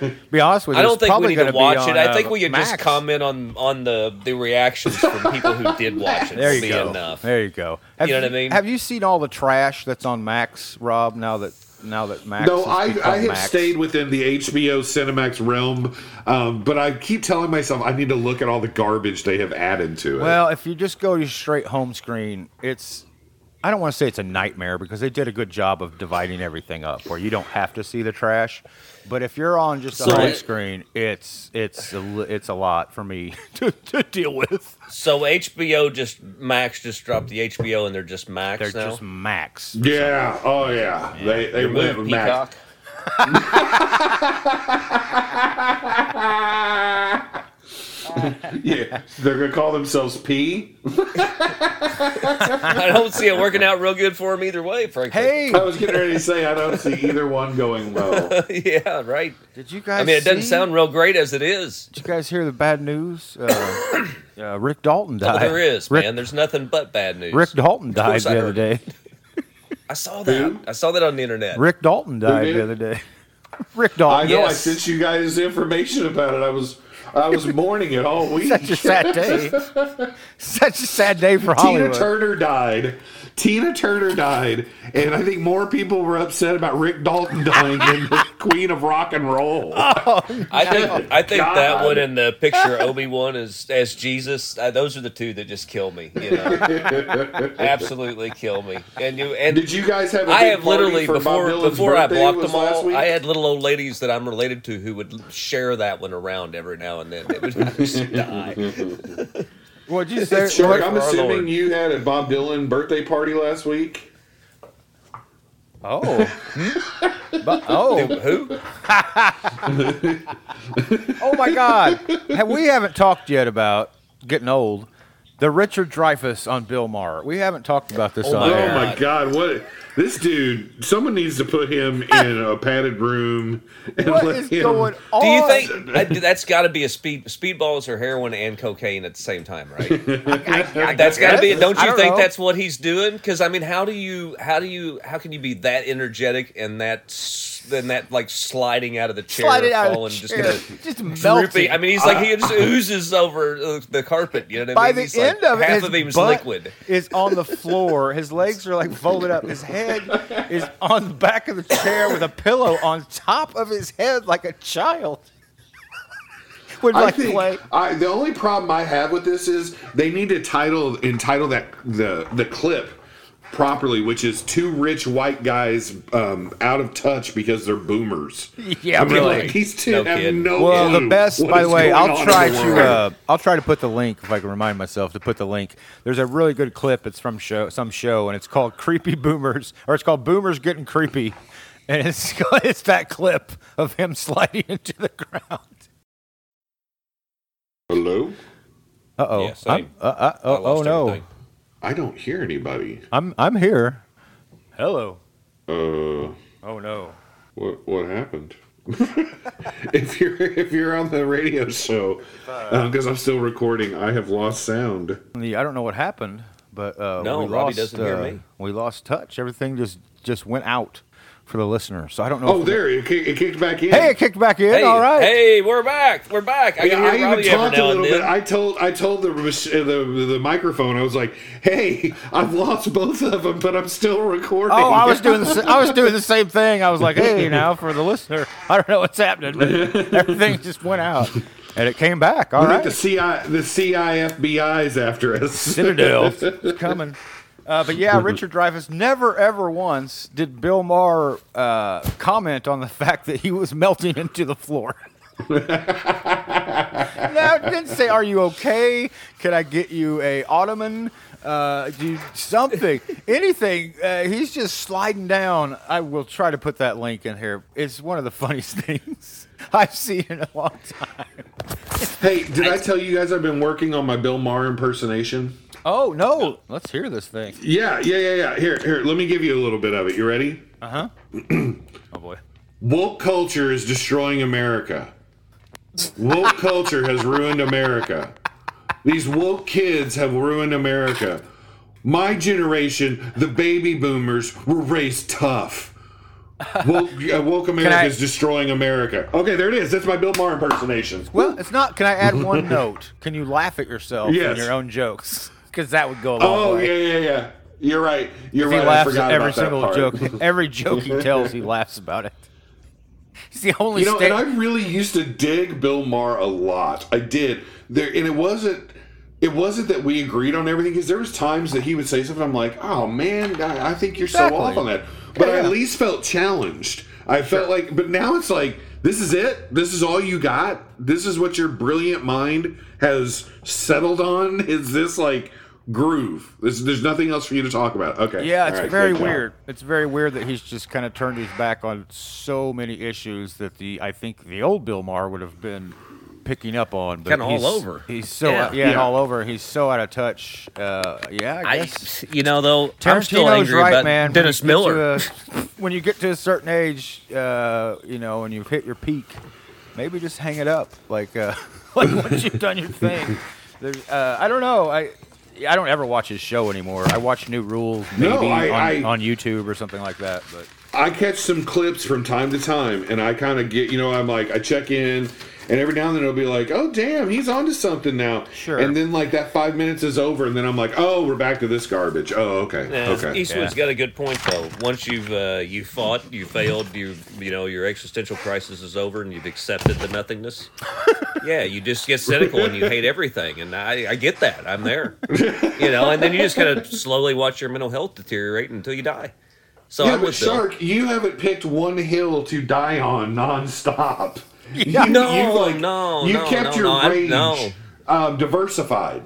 [SPEAKER 6] either.
[SPEAKER 5] be honest with you,
[SPEAKER 4] I don't
[SPEAKER 5] it's
[SPEAKER 4] think we
[SPEAKER 5] probably
[SPEAKER 4] need
[SPEAKER 5] gonna
[SPEAKER 4] to
[SPEAKER 5] be
[SPEAKER 4] watch
[SPEAKER 5] on,
[SPEAKER 4] it. I
[SPEAKER 5] uh,
[SPEAKER 4] think we could just
[SPEAKER 5] Max.
[SPEAKER 4] comment on on the the reactions from people who did watch it.
[SPEAKER 5] There
[SPEAKER 4] would
[SPEAKER 5] you
[SPEAKER 4] be
[SPEAKER 5] go.
[SPEAKER 4] Enough.
[SPEAKER 5] There you go. Have
[SPEAKER 4] know what I mean?
[SPEAKER 5] Have you seen all the trash that's on Max, Rob? Now that now that Max.
[SPEAKER 6] no,
[SPEAKER 5] has
[SPEAKER 6] I,
[SPEAKER 5] become
[SPEAKER 6] I have
[SPEAKER 5] Max?
[SPEAKER 6] stayed within the HBO Cinemax realm, um, but I keep telling myself I need to look at all the garbage they have added to it.
[SPEAKER 5] Well, if you just go to straight home screen, it's. I don't want to say it's a nightmare because they did a good job of dividing everything up, where you don't have to see the trash. But if you're on just a
[SPEAKER 4] So-
[SPEAKER 5] home screen, it's it's a, li- it's a lot for me to, to deal with.
[SPEAKER 4] So HBO just Max just dropped the HBO and they're just Max
[SPEAKER 5] They're
[SPEAKER 4] now.
[SPEAKER 5] just Max.
[SPEAKER 6] Yeah. Oh, yeah. They they
[SPEAKER 4] Remove
[SPEAKER 6] went
[SPEAKER 4] Peacock.
[SPEAKER 6] Max. Yeah. They're gonna call themselves P.
[SPEAKER 4] I don't see it working out real good for him either way, frankly.
[SPEAKER 5] Hey,
[SPEAKER 6] I was getting ready to say I don't see either one going well.
[SPEAKER 4] yeah, right.
[SPEAKER 5] did you guys?
[SPEAKER 4] I mean, it doesn't
[SPEAKER 5] see-
[SPEAKER 4] sound real great as it is.
[SPEAKER 5] Did you guys hear the bad news? Uh, uh, Rick Dalton died.
[SPEAKER 4] Well, there is,
[SPEAKER 5] Rick,
[SPEAKER 4] man. There's nothing but bad news.
[SPEAKER 5] Rick Dalton died
[SPEAKER 4] course I
[SPEAKER 5] the other
[SPEAKER 4] heard.
[SPEAKER 5] day.
[SPEAKER 4] I saw that.
[SPEAKER 6] Who?
[SPEAKER 4] I saw that on the internet.
[SPEAKER 5] Rick Dalton died
[SPEAKER 6] did?
[SPEAKER 5] the other day. Rick
[SPEAKER 6] I
[SPEAKER 5] Dalton.
[SPEAKER 6] know I
[SPEAKER 4] Yes.
[SPEAKER 6] sent you guys information about it. I was I was mourning it all week.
[SPEAKER 5] Such a sad day. Such a sad day for
[SPEAKER 6] Tina
[SPEAKER 5] Hollywood.
[SPEAKER 6] Turner died. Tina Turner died, and I think more people were upset about Rick Dalton dying than the Queen of Rock and Roll.
[SPEAKER 4] Ah. I think I think that
[SPEAKER 6] God.
[SPEAKER 4] one and the picture Obi Wan as as Jesus. Uh, those are the two that just kill me. You know, absolutely kill me. And you and
[SPEAKER 6] Did you guys have? A
[SPEAKER 4] I
[SPEAKER 6] big
[SPEAKER 4] have literally
[SPEAKER 6] party for Bob
[SPEAKER 4] before
[SPEAKER 6] Dylan's
[SPEAKER 4] before I
[SPEAKER 6] birthday
[SPEAKER 4] blocked
[SPEAKER 6] was
[SPEAKER 4] them
[SPEAKER 6] last
[SPEAKER 4] all.
[SPEAKER 6] week?
[SPEAKER 4] I had little old ladies that I'm related to who would share that one around every now and then. It would just die.
[SPEAKER 5] What'd you say?
[SPEAKER 6] Shark,
[SPEAKER 5] what-
[SPEAKER 6] I'm
[SPEAKER 4] for our
[SPEAKER 6] assuming
[SPEAKER 4] Lord.
[SPEAKER 6] you had a Bob Dylan birthday party last week.
[SPEAKER 5] oh. But, oh.
[SPEAKER 4] Who?
[SPEAKER 5] Oh my God. Have- we haven't talked yet about getting old. The Richard Dreyfuss on Bill Maher. We haven't talked about this on
[SPEAKER 4] my
[SPEAKER 5] air.
[SPEAKER 6] Oh my God! What this dude? Someone needs to put him in a padded room and
[SPEAKER 5] What
[SPEAKER 6] let
[SPEAKER 5] is
[SPEAKER 6] him.
[SPEAKER 5] going on?
[SPEAKER 4] Do you think I- that's got to be a speed speedballs or heroin and cocaine at the same time, right? That's got to be.
[SPEAKER 5] guess.
[SPEAKER 4] Don't you
[SPEAKER 5] I don't know.
[SPEAKER 4] think that's what he's doing? Because I mean, how do you, how do you, how can you be that energetic and that s- than that like sliding out of the chair,
[SPEAKER 5] Slide it out of
[SPEAKER 4] falling,
[SPEAKER 5] the
[SPEAKER 4] just
[SPEAKER 5] chair.
[SPEAKER 4] gonna
[SPEAKER 5] Just melting.
[SPEAKER 4] droopy. I mean, he's like he just oozes over uh, the carpet. You know what
[SPEAKER 5] by
[SPEAKER 4] I mean?
[SPEAKER 5] the
[SPEAKER 4] He's like-
[SPEAKER 5] end of it,
[SPEAKER 4] half
[SPEAKER 5] his
[SPEAKER 4] of him's
[SPEAKER 5] butt
[SPEAKER 4] liquid.
[SPEAKER 5] is on the floor. His legs are like folded up. His head is on the back of the chair with a pillow on top of his head, like a child. Would
[SPEAKER 6] I
[SPEAKER 5] like
[SPEAKER 6] think
[SPEAKER 5] play.
[SPEAKER 6] I, the only problem I have with this is they need to title entitle that the the clip properly, which is two rich white guys um, out of touch because they're boomers.
[SPEAKER 5] Yeah,
[SPEAKER 6] I mean,
[SPEAKER 5] really.
[SPEAKER 6] like, these two
[SPEAKER 4] No
[SPEAKER 6] have
[SPEAKER 4] kid.
[SPEAKER 6] no.
[SPEAKER 5] Well,
[SPEAKER 6] clue
[SPEAKER 5] the best.
[SPEAKER 6] what
[SPEAKER 5] By the
[SPEAKER 6] is
[SPEAKER 5] way,
[SPEAKER 6] going
[SPEAKER 5] I'll
[SPEAKER 6] on
[SPEAKER 5] try
[SPEAKER 6] in the
[SPEAKER 5] to.
[SPEAKER 6] world.
[SPEAKER 5] Uh, I'll try to put the link if I can remind myself to put the link. There's a really good clip. It's from show some show, and it's called "Creepy Boomers," or it's called "Boomers Getting Creepy," and it's it's that clip of him sliding into the ground.
[SPEAKER 6] Hello,
[SPEAKER 5] Uh oh.
[SPEAKER 4] Yeah, same.
[SPEAKER 5] Uh, uh,
[SPEAKER 4] I
[SPEAKER 5] oh, oh
[SPEAKER 4] lost
[SPEAKER 5] no.
[SPEAKER 4] everything.
[SPEAKER 6] I don't hear anybody.
[SPEAKER 5] I'm I'm here. Hello.
[SPEAKER 6] Uh,
[SPEAKER 5] Oh no.
[SPEAKER 6] what what happened? if you're if you're on the radio show, because I'm still recording, I have lost sound.
[SPEAKER 5] I don't know what happened, but uh,
[SPEAKER 4] No,
[SPEAKER 5] we
[SPEAKER 4] Robbie
[SPEAKER 5] lost,
[SPEAKER 4] doesn't hear
[SPEAKER 5] uh,
[SPEAKER 4] me.
[SPEAKER 5] We lost touch. Everything just just went out for the listener. So I don't know.
[SPEAKER 6] Oh,
[SPEAKER 5] if-
[SPEAKER 6] there it, ki- it kicked back in.
[SPEAKER 5] Hey, it kicked back in.
[SPEAKER 4] Hey,
[SPEAKER 5] All right.
[SPEAKER 4] hey, we're back. We're back. I
[SPEAKER 6] Yeah,
[SPEAKER 4] can
[SPEAKER 6] I
[SPEAKER 4] hear
[SPEAKER 6] even
[SPEAKER 4] Robbie every
[SPEAKER 6] talked a
[SPEAKER 4] now
[SPEAKER 6] little
[SPEAKER 4] and then.
[SPEAKER 6] bit. I told I told the, mach- uh, the the microphone. I was like, "Hey, I've lost both of them, but I'm still recording."
[SPEAKER 5] Oh, I was doing the sa- I was doing the same thing. I was like, hey, now for the listener, I don't know what's happening. But everything just went out, and it came back. All
[SPEAKER 6] I
[SPEAKER 5] right.
[SPEAKER 6] think the CI the CIFBI's after us.
[SPEAKER 5] Citadel it's coming. Uh, but yeah, Richard Dreyfuss never ever once did Bill Maher uh, comment on the fact that he was melting into the floor. no, it didn't say, "Are you okay? Can I get you a ottoman? Uh, do you- something, anything?" Uh, he's just sliding down. I will try to put that link in here. It's one of the funniest things I've seen in a long time.
[SPEAKER 6] hey, did I tell you guys I've been working on my Bill Maher impersonation?
[SPEAKER 5] Oh no! Let's hear this thing.
[SPEAKER 6] Yeah, yeah, yeah, yeah. Here, here. Let me give you a little bit of it. You ready?
[SPEAKER 5] Oh boy.
[SPEAKER 6] Woke culture is destroying America. Woke culture has ruined America. These woke kids have ruined America. My generation, the baby boomers, were raised tough. Woke, uh, woke America
[SPEAKER 5] I-
[SPEAKER 6] is destroying America. Okay, there it is. That's my Bill Maher impersonation.
[SPEAKER 5] Well, it's not. Can I add one note? Can you laugh at yourself
[SPEAKER 6] Yes.
[SPEAKER 5] and your own jokes? Because that would go a long
[SPEAKER 6] Oh
[SPEAKER 5] way.
[SPEAKER 6] yeah, yeah, yeah. You're right. You're
[SPEAKER 5] He
[SPEAKER 6] right. I
[SPEAKER 5] laughs at
[SPEAKER 6] forgot
[SPEAKER 5] every
[SPEAKER 6] about that
[SPEAKER 5] single
[SPEAKER 6] part.
[SPEAKER 5] joke. Every joke he tells, he laughs about it. He's the only.
[SPEAKER 6] You know,
[SPEAKER 5] sta-
[SPEAKER 6] and I really used to dig Bill Maher a lot. I did there, and it wasn't. It wasn't that we agreed on everything because there was times that he would say something. I'm like, oh man, I, I think you're
[SPEAKER 5] Exactly.
[SPEAKER 6] so off on that. But I
[SPEAKER 5] Yeah.
[SPEAKER 6] at least felt challenged. I felt like, but now it's like, this is it. This is all you got. This is what your brilliant mind has settled on. Is this like groove? This, there's nothing else for you to talk about. Okay.
[SPEAKER 5] yeah, it's
[SPEAKER 6] All right,
[SPEAKER 5] very
[SPEAKER 6] good job.
[SPEAKER 5] weird. It's very weird that he's just kind of turned his back on so many issues that the I think the old Bill Maher would have been picking up on. but
[SPEAKER 4] Kinda all
[SPEAKER 5] he's-
[SPEAKER 4] over.
[SPEAKER 5] He's so
[SPEAKER 4] Yeah.
[SPEAKER 5] yeah, and
[SPEAKER 6] Yeah.
[SPEAKER 5] all over. He's so out of touch. Uh, yeah, I
[SPEAKER 4] I,
[SPEAKER 5] guess.
[SPEAKER 4] you know, though, I'm still
[SPEAKER 5] Tarantino's
[SPEAKER 4] angry about
[SPEAKER 5] man. When
[SPEAKER 4] Dennis
[SPEAKER 5] you get
[SPEAKER 4] Miller.
[SPEAKER 5] to a- when you get to a certain age, uh, you know, and you've hit your peak, maybe just hang it up. Like, uh, like once you've done your thing, There's, uh, I don't know. I I don't ever watch his show anymore. I watch New Rules maybe
[SPEAKER 6] No, I-
[SPEAKER 5] on,
[SPEAKER 6] I-
[SPEAKER 5] on YouTube or something like that. But
[SPEAKER 6] I catch some clips from time to time, and I kind of get, you know, I'm like, I check in, and every now and then it'll be like, oh, damn, he's onto something now.
[SPEAKER 5] Sure.
[SPEAKER 6] And then, like, that five minutes is over, and then I'm like, oh, we're back to this garbage. Oh, okay.
[SPEAKER 4] Yeah,
[SPEAKER 6] okay.
[SPEAKER 4] Eastwood's got a good point though. Once you've uh, you fought, you failed, you you know your existential crisis is over, and you've accepted the nothingness. yeah, you just get cynical and you hate everything, and I, I get that. I'm there, you know. And then you just kind of slowly watch your mental health deteriorate until you die. So
[SPEAKER 6] Yeah,
[SPEAKER 4] I'm
[SPEAKER 6] but
[SPEAKER 4] with Bill.
[SPEAKER 6] Shark, you haven't picked one hill to die on nonstop.
[SPEAKER 5] Yeah.
[SPEAKER 6] You,
[SPEAKER 4] No,
[SPEAKER 6] you've,
[SPEAKER 4] no,
[SPEAKER 6] you
[SPEAKER 4] no,
[SPEAKER 6] kept
[SPEAKER 4] no,
[SPEAKER 6] your
[SPEAKER 4] no, I-
[SPEAKER 6] rage
[SPEAKER 4] no.
[SPEAKER 6] Um, diversified.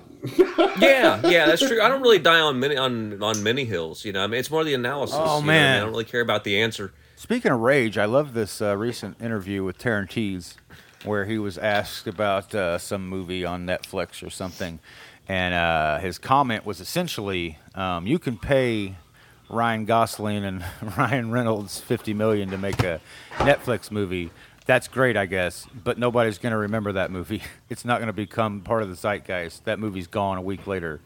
[SPEAKER 4] Yeah, yeah, that's true. I don't really die on many on on many hills. You know, I mean, it's more the analysis.
[SPEAKER 5] Oh,
[SPEAKER 4] you know what I mean? I,
[SPEAKER 5] man.
[SPEAKER 4] don't really care about the answer.
[SPEAKER 5] Speaking of rage, I love this uh, recent interview with Tarantese, where he was asked about uh, some movie on Netflix or something, and uh, his comment was essentially, um, "You can pay Ryan Gosling and Ryan Reynolds fifty million to make a Netflix movie. That's great, I guess, but nobody's going to remember that movie. It's not going to become part of the zeitgeist. That movie's gone a week later."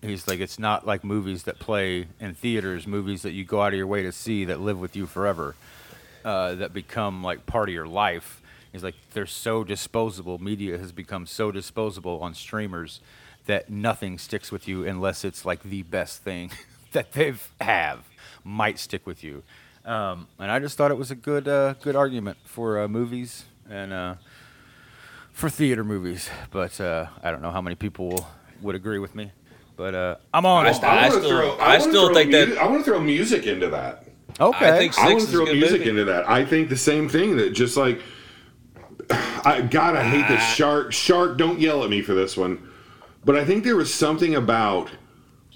[SPEAKER 5] He's like, it's not like movies that play in theaters, movies that you go out of your way to see that live with you forever, uh, that become like part of your life. He's like, they're so disposable. Media has become so disposable on streamers that nothing sticks with you unless it's like the best thing that they've have might stick with you. Um, and I just thought it was a good uh, good argument for uh, movies and uh, for theater movies. But uh, I don't know how many people will, would agree with me. But uh, I'm on
[SPEAKER 4] I
[SPEAKER 5] it.
[SPEAKER 4] st- I
[SPEAKER 6] wanna
[SPEAKER 4] still- I
[SPEAKER 6] wanna
[SPEAKER 4] still
[SPEAKER 6] throw
[SPEAKER 4] think that-
[SPEAKER 6] mu- I want to throw music into that.
[SPEAKER 5] Okay.
[SPEAKER 4] I think so.
[SPEAKER 6] I want
[SPEAKER 4] Six
[SPEAKER 6] to
[SPEAKER 4] is
[SPEAKER 6] throw
[SPEAKER 4] a good
[SPEAKER 6] music
[SPEAKER 4] movie.
[SPEAKER 6] into that. I think the same thing that just like I God, I hate
[SPEAKER 4] Ah.
[SPEAKER 6] this shark. Shark, don't yell at me for this one. But I think there was something about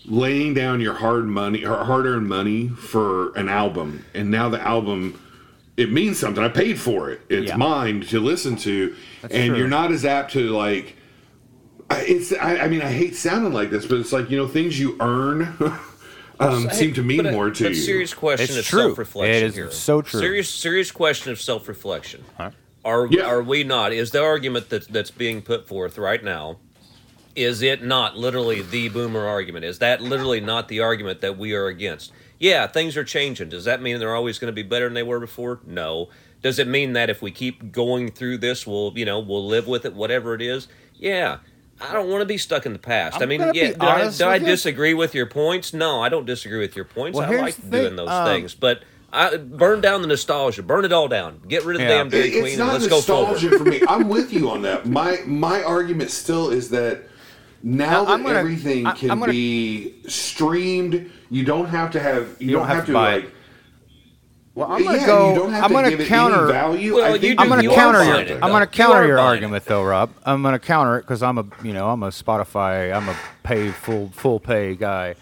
[SPEAKER 6] laying down your hard money or hard-earned money for an album, and now the album it means something. I paid for it. It's
[SPEAKER 5] Yeah.
[SPEAKER 6] mine to listen to, and
[SPEAKER 5] true.
[SPEAKER 6] you're not as apt to like. I- It's. I, I mean, I hate sounding like this, but it's like you know things you earn. Um, seem to mean
[SPEAKER 4] But a-
[SPEAKER 6] more to
[SPEAKER 4] but
[SPEAKER 6] you.
[SPEAKER 4] serious
[SPEAKER 5] It's
[SPEAKER 4] question of
[SPEAKER 5] true.
[SPEAKER 4] self-reflection
[SPEAKER 5] It is
[SPEAKER 4] here.
[SPEAKER 5] so true.
[SPEAKER 4] Serious serious question of self-reflection.
[SPEAKER 5] Huh?
[SPEAKER 4] Are
[SPEAKER 6] Yeah.
[SPEAKER 4] are we not? Is the argument that that's being put forth right now? Is it not literally the boomer argument? Is that literally not the argument that we are against? Yeah, things are changing. Does that mean they're always going to be better than they were before? No. Does it mean that if we keep going through this, we'll you know we'll live with it, whatever it is? Yeah. I don't want to be stuck in the past. i
[SPEAKER 5] I'm
[SPEAKER 4] mean,
[SPEAKER 5] gonna
[SPEAKER 4] yeah,
[SPEAKER 5] be
[SPEAKER 4] did I,
[SPEAKER 5] honest
[SPEAKER 4] did I
[SPEAKER 5] with you.
[SPEAKER 4] disagree with your points? No, I don't disagree with your points.
[SPEAKER 5] Well,
[SPEAKER 4] I
[SPEAKER 5] here's
[SPEAKER 4] like
[SPEAKER 5] the thing,
[SPEAKER 4] doing those
[SPEAKER 5] um,
[SPEAKER 4] things, but I burn down the nostalgia, burn it all down, get rid of the
[SPEAKER 5] Yeah.
[SPEAKER 4] damn
[SPEAKER 6] It-
[SPEAKER 4] Dairy Queen,
[SPEAKER 6] it's
[SPEAKER 4] and
[SPEAKER 6] not
[SPEAKER 4] let's go forward.
[SPEAKER 6] nostalgia for me. I'm with you on that. My my argument still is that now
[SPEAKER 5] Now, I'm
[SPEAKER 6] that
[SPEAKER 5] gonna-
[SPEAKER 6] everything
[SPEAKER 5] I-
[SPEAKER 6] can
[SPEAKER 5] I'm gonna-
[SPEAKER 6] be streamed, you don't have to have you, don't, have, to
[SPEAKER 5] buy it.
[SPEAKER 6] like.
[SPEAKER 5] Well, I'm gonna
[SPEAKER 6] yeah,
[SPEAKER 5] go.
[SPEAKER 6] you don't have
[SPEAKER 5] I'm
[SPEAKER 6] to
[SPEAKER 5] gonna
[SPEAKER 6] give it any
[SPEAKER 5] counter.
[SPEAKER 6] value.
[SPEAKER 4] Well,
[SPEAKER 6] I
[SPEAKER 4] you
[SPEAKER 6] think
[SPEAKER 4] do-
[SPEAKER 5] I'm gonna
[SPEAKER 4] you
[SPEAKER 6] are
[SPEAKER 5] counter
[SPEAKER 4] buying
[SPEAKER 5] your.
[SPEAKER 6] something.
[SPEAKER 4] it,
[SPEAKER 5] I'm
[SPEAKER 4] though.
[SPEAKER 5] gonna
[SPEAKER 4] You
[SPEAKER 5] counter
[SPEAKER 4] are
[SPEAKER 5] your
[SPEAKER 4] buying
[SPEAKER 5] argument, though, Rob. I'm gonna counter it because I'm a you know I'm a Spotify. I'm a pay full full pay guy.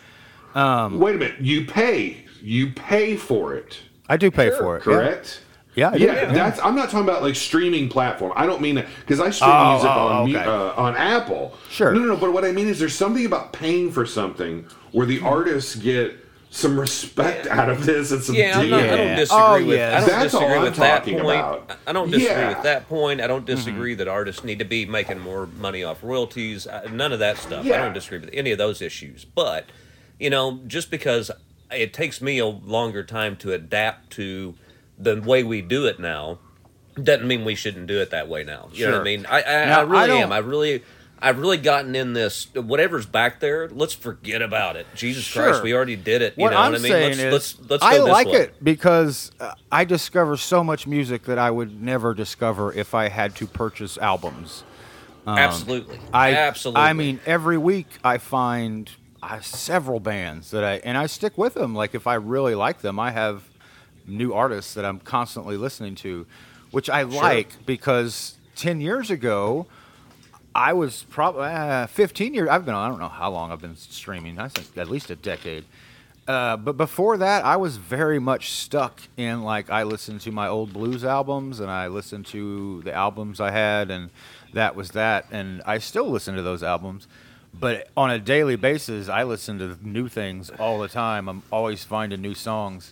[SPEAKER 6] Wait a minute. You pay. You pay for it.
[SPEAKER 5] I do pay for it. yeah.
[SPEAKER 6] Correct.
[SPEAKER 5] Yeah. I do.
[SPEAKER 6] Yeah, that's. I'm not talking about like streaming platform. I don't mean that because I stream
[SPEAKER 5] Oh,
[SPEAKER 6] music
[SPEAKER 5] oh,
[SPEAKER 6] on mu-
[SPEAKER 5] okay.
[SPEAKER 6] uh, on Apple.
[SPEAKER 5] Sure.
[SPEAKER 6] No, no, no. But what I mean is, there's something about paying for something where
[SPEAKER 5] Hmm.
[SPEAKER 6] the artists get some respect out of this and some
[SPEAKER 4] Yeah, I'm not, I
[SPEAKER 6] dignity.
[SPEAKER 4] don't disagree
[SPEAKER 5] Oh,
[SPEAKER 4] with.
[SPEAKER 5] yeah.
[SPEAKER 4] I don't
[SPEAKER 6] That's all
[SPEAKER 4] disagree
[SPEAKER 6] I'm
[SPEAKER 4] with that
[SPEAKER 6] talking
[SPEAKER 4] point.
[SPEAKER 6] about.
[SPEAKER 4] I don't disagree
[SPEAKER 6] Yeah. Mm-hmm.
[SPEAKER 4] with that point. I don't disagree that artists need to be making more money off royalties. I, none of that stuff. I
[SPEAKER 6] Yeah.
[SPEAKER 4] don't disagree with any of those issues. But you know, just because it takes me a longer time to adapt to the way we do it now, doesn't mean we shouldn't do it that way now. You know what
[SPEAKER 5] Sure.
[SPEAKER 4] I mean? I I,
[SPEAKER 5] Now,
[SPEAKER 4] I
[SPEAKER 5] I
[SPEAKER 4] really
[SPEAKER 5] don't-
[SPEAKER 4] am. I really. I've really gotten in this. Whatever's back there, let's forget about it. Jesus
[SPEAKER 5] Sure.
[SPEAKER 4] Christ, we already did it. You
[SPEAKER 5] what
[SPEAKER 4] know
[SPEAKER 5] I'm
[SPEAKER 4] what I mean?
[SPEAKER 5] saying
[SPEAKER 4] let's,
[SPEAKER 5] is,
[SPEAKER 4] let's let's go
[SPEAKER 5] I
[SPEAKER 4] this
[SPEAKER 5] like
[SPEAKER 4] way.
[SPEAKER 5] it because uh, I discover so much music that I would never discover if I had to purchase albums.
[SPEAKER 4] Um, Absolutely.
[SPEAKER 5] I
[SPEAKER 4] absolutely.
[SPEAKER 5] I mean, every week I find uh, several bands that I and I stick with them. Like if I really like them, I have new artists that I'm constantly listening to, which I like because ten years ago. I was probably uh, 15 years. I've been. I don't know how long I've been streaming. I think at least a decade. Uh, but before that, I was very much stuck in like I listened to my old blues albums and I listened to the albums I had, and that was that. And I still listen to those albums, but on a daily basis, I listen to new things all the time. I'm always finding new songs,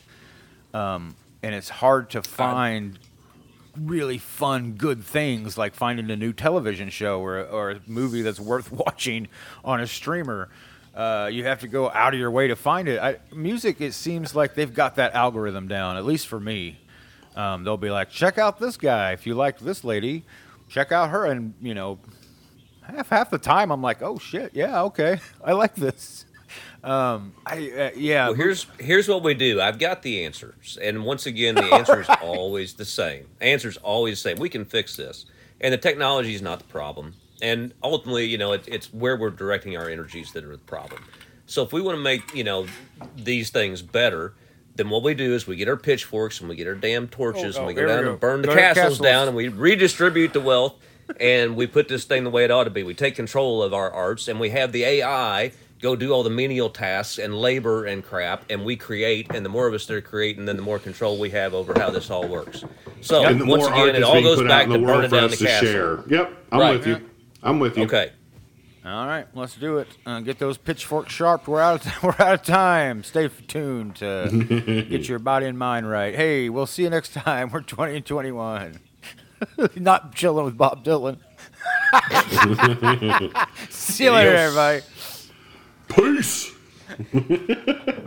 [SPEAKER 5] um, and it's hard to find really fun, good things like finding a new television show or, or a movie that's worth watching on a streamer. Uh, you have to go out of your way to find it. I, music, it seems like they've got that algorithm down, at least for me. Um, they'll be like, check out this guy. If you liked this lady, check out her. And, you know, half, half the time I'm like, oh shit, yeah, okay. I like this. Um, I, uh, yeah.
[SPEAKER 4] Well, here's here's what we do. I've got the answers, and once again, the answer is always the same. Answer's always the same. We can fix this, and the technology is not the problem. And ultimately, you know, it, it's where we're directing our energies that are the problem. So if we want to make you know these things better, then what we do is we get our pitchforks and we get our damn torches
[SPEAKER 5] Oh,
[SPEAKER 4] and we
[SPEAKER 5] oh,
[SPEAKER 4] go
[SPEAKER 5] here we
[SPEAKER 4] down
[SPEAKER 5] go.
[SPEAKER 4] and burn the
[SPEAKER 5] Burn the
[SPEAKER 4] castles,
[SPEAKER 5] castles.
[SPEAKER 4] down and we redistribute the wealth. And we put this thing the way it ought to be. We take control of our arts and we have the AI go do all the menial tasks and labor and crap and we create and the more of us that are creating then the more control we have over how this all works. So
[SPEAKER 6] And the
[SPEAKER 4] once
[SPEAKER 6] more art
[SPEAKER 4] again it
[SPEAKER 6] is
[SPEAKER 4] all
[SPEAKER 6] being
[SPEAKER 4] goes
[SPEAKER 6] put out
[SPEAKER 4] back
[SPEAKER 6] in
[SPEAKER 4] to
[SPEAKER 6] the
[SPEAKER 4] burning
[SPEAKER 6] world for
[SPEAKER 4] down the
[SPEAKER 6] us to
[SPEAKER 4] castle.
[SPEAKER 6] share. Yep, I'm
[SPEAKER 4] Right.
[SPEAKER 6] with you. I'm with you.
[SPEAKER 4] Okay.
[SPEAKER 5] All right, let's do it. Uh, get those pitchforks sharp. We're out. Of, we're out of time. Stay tuned to get your body and mind right. Hey, we'll see you next time. We're twenty and twenty-one. Not chilling with Bob Dylan. see you later,
[SPEAKER 4] Adios.
[SPEAKER 5] everybody.
[SPEAKER 6] Peace.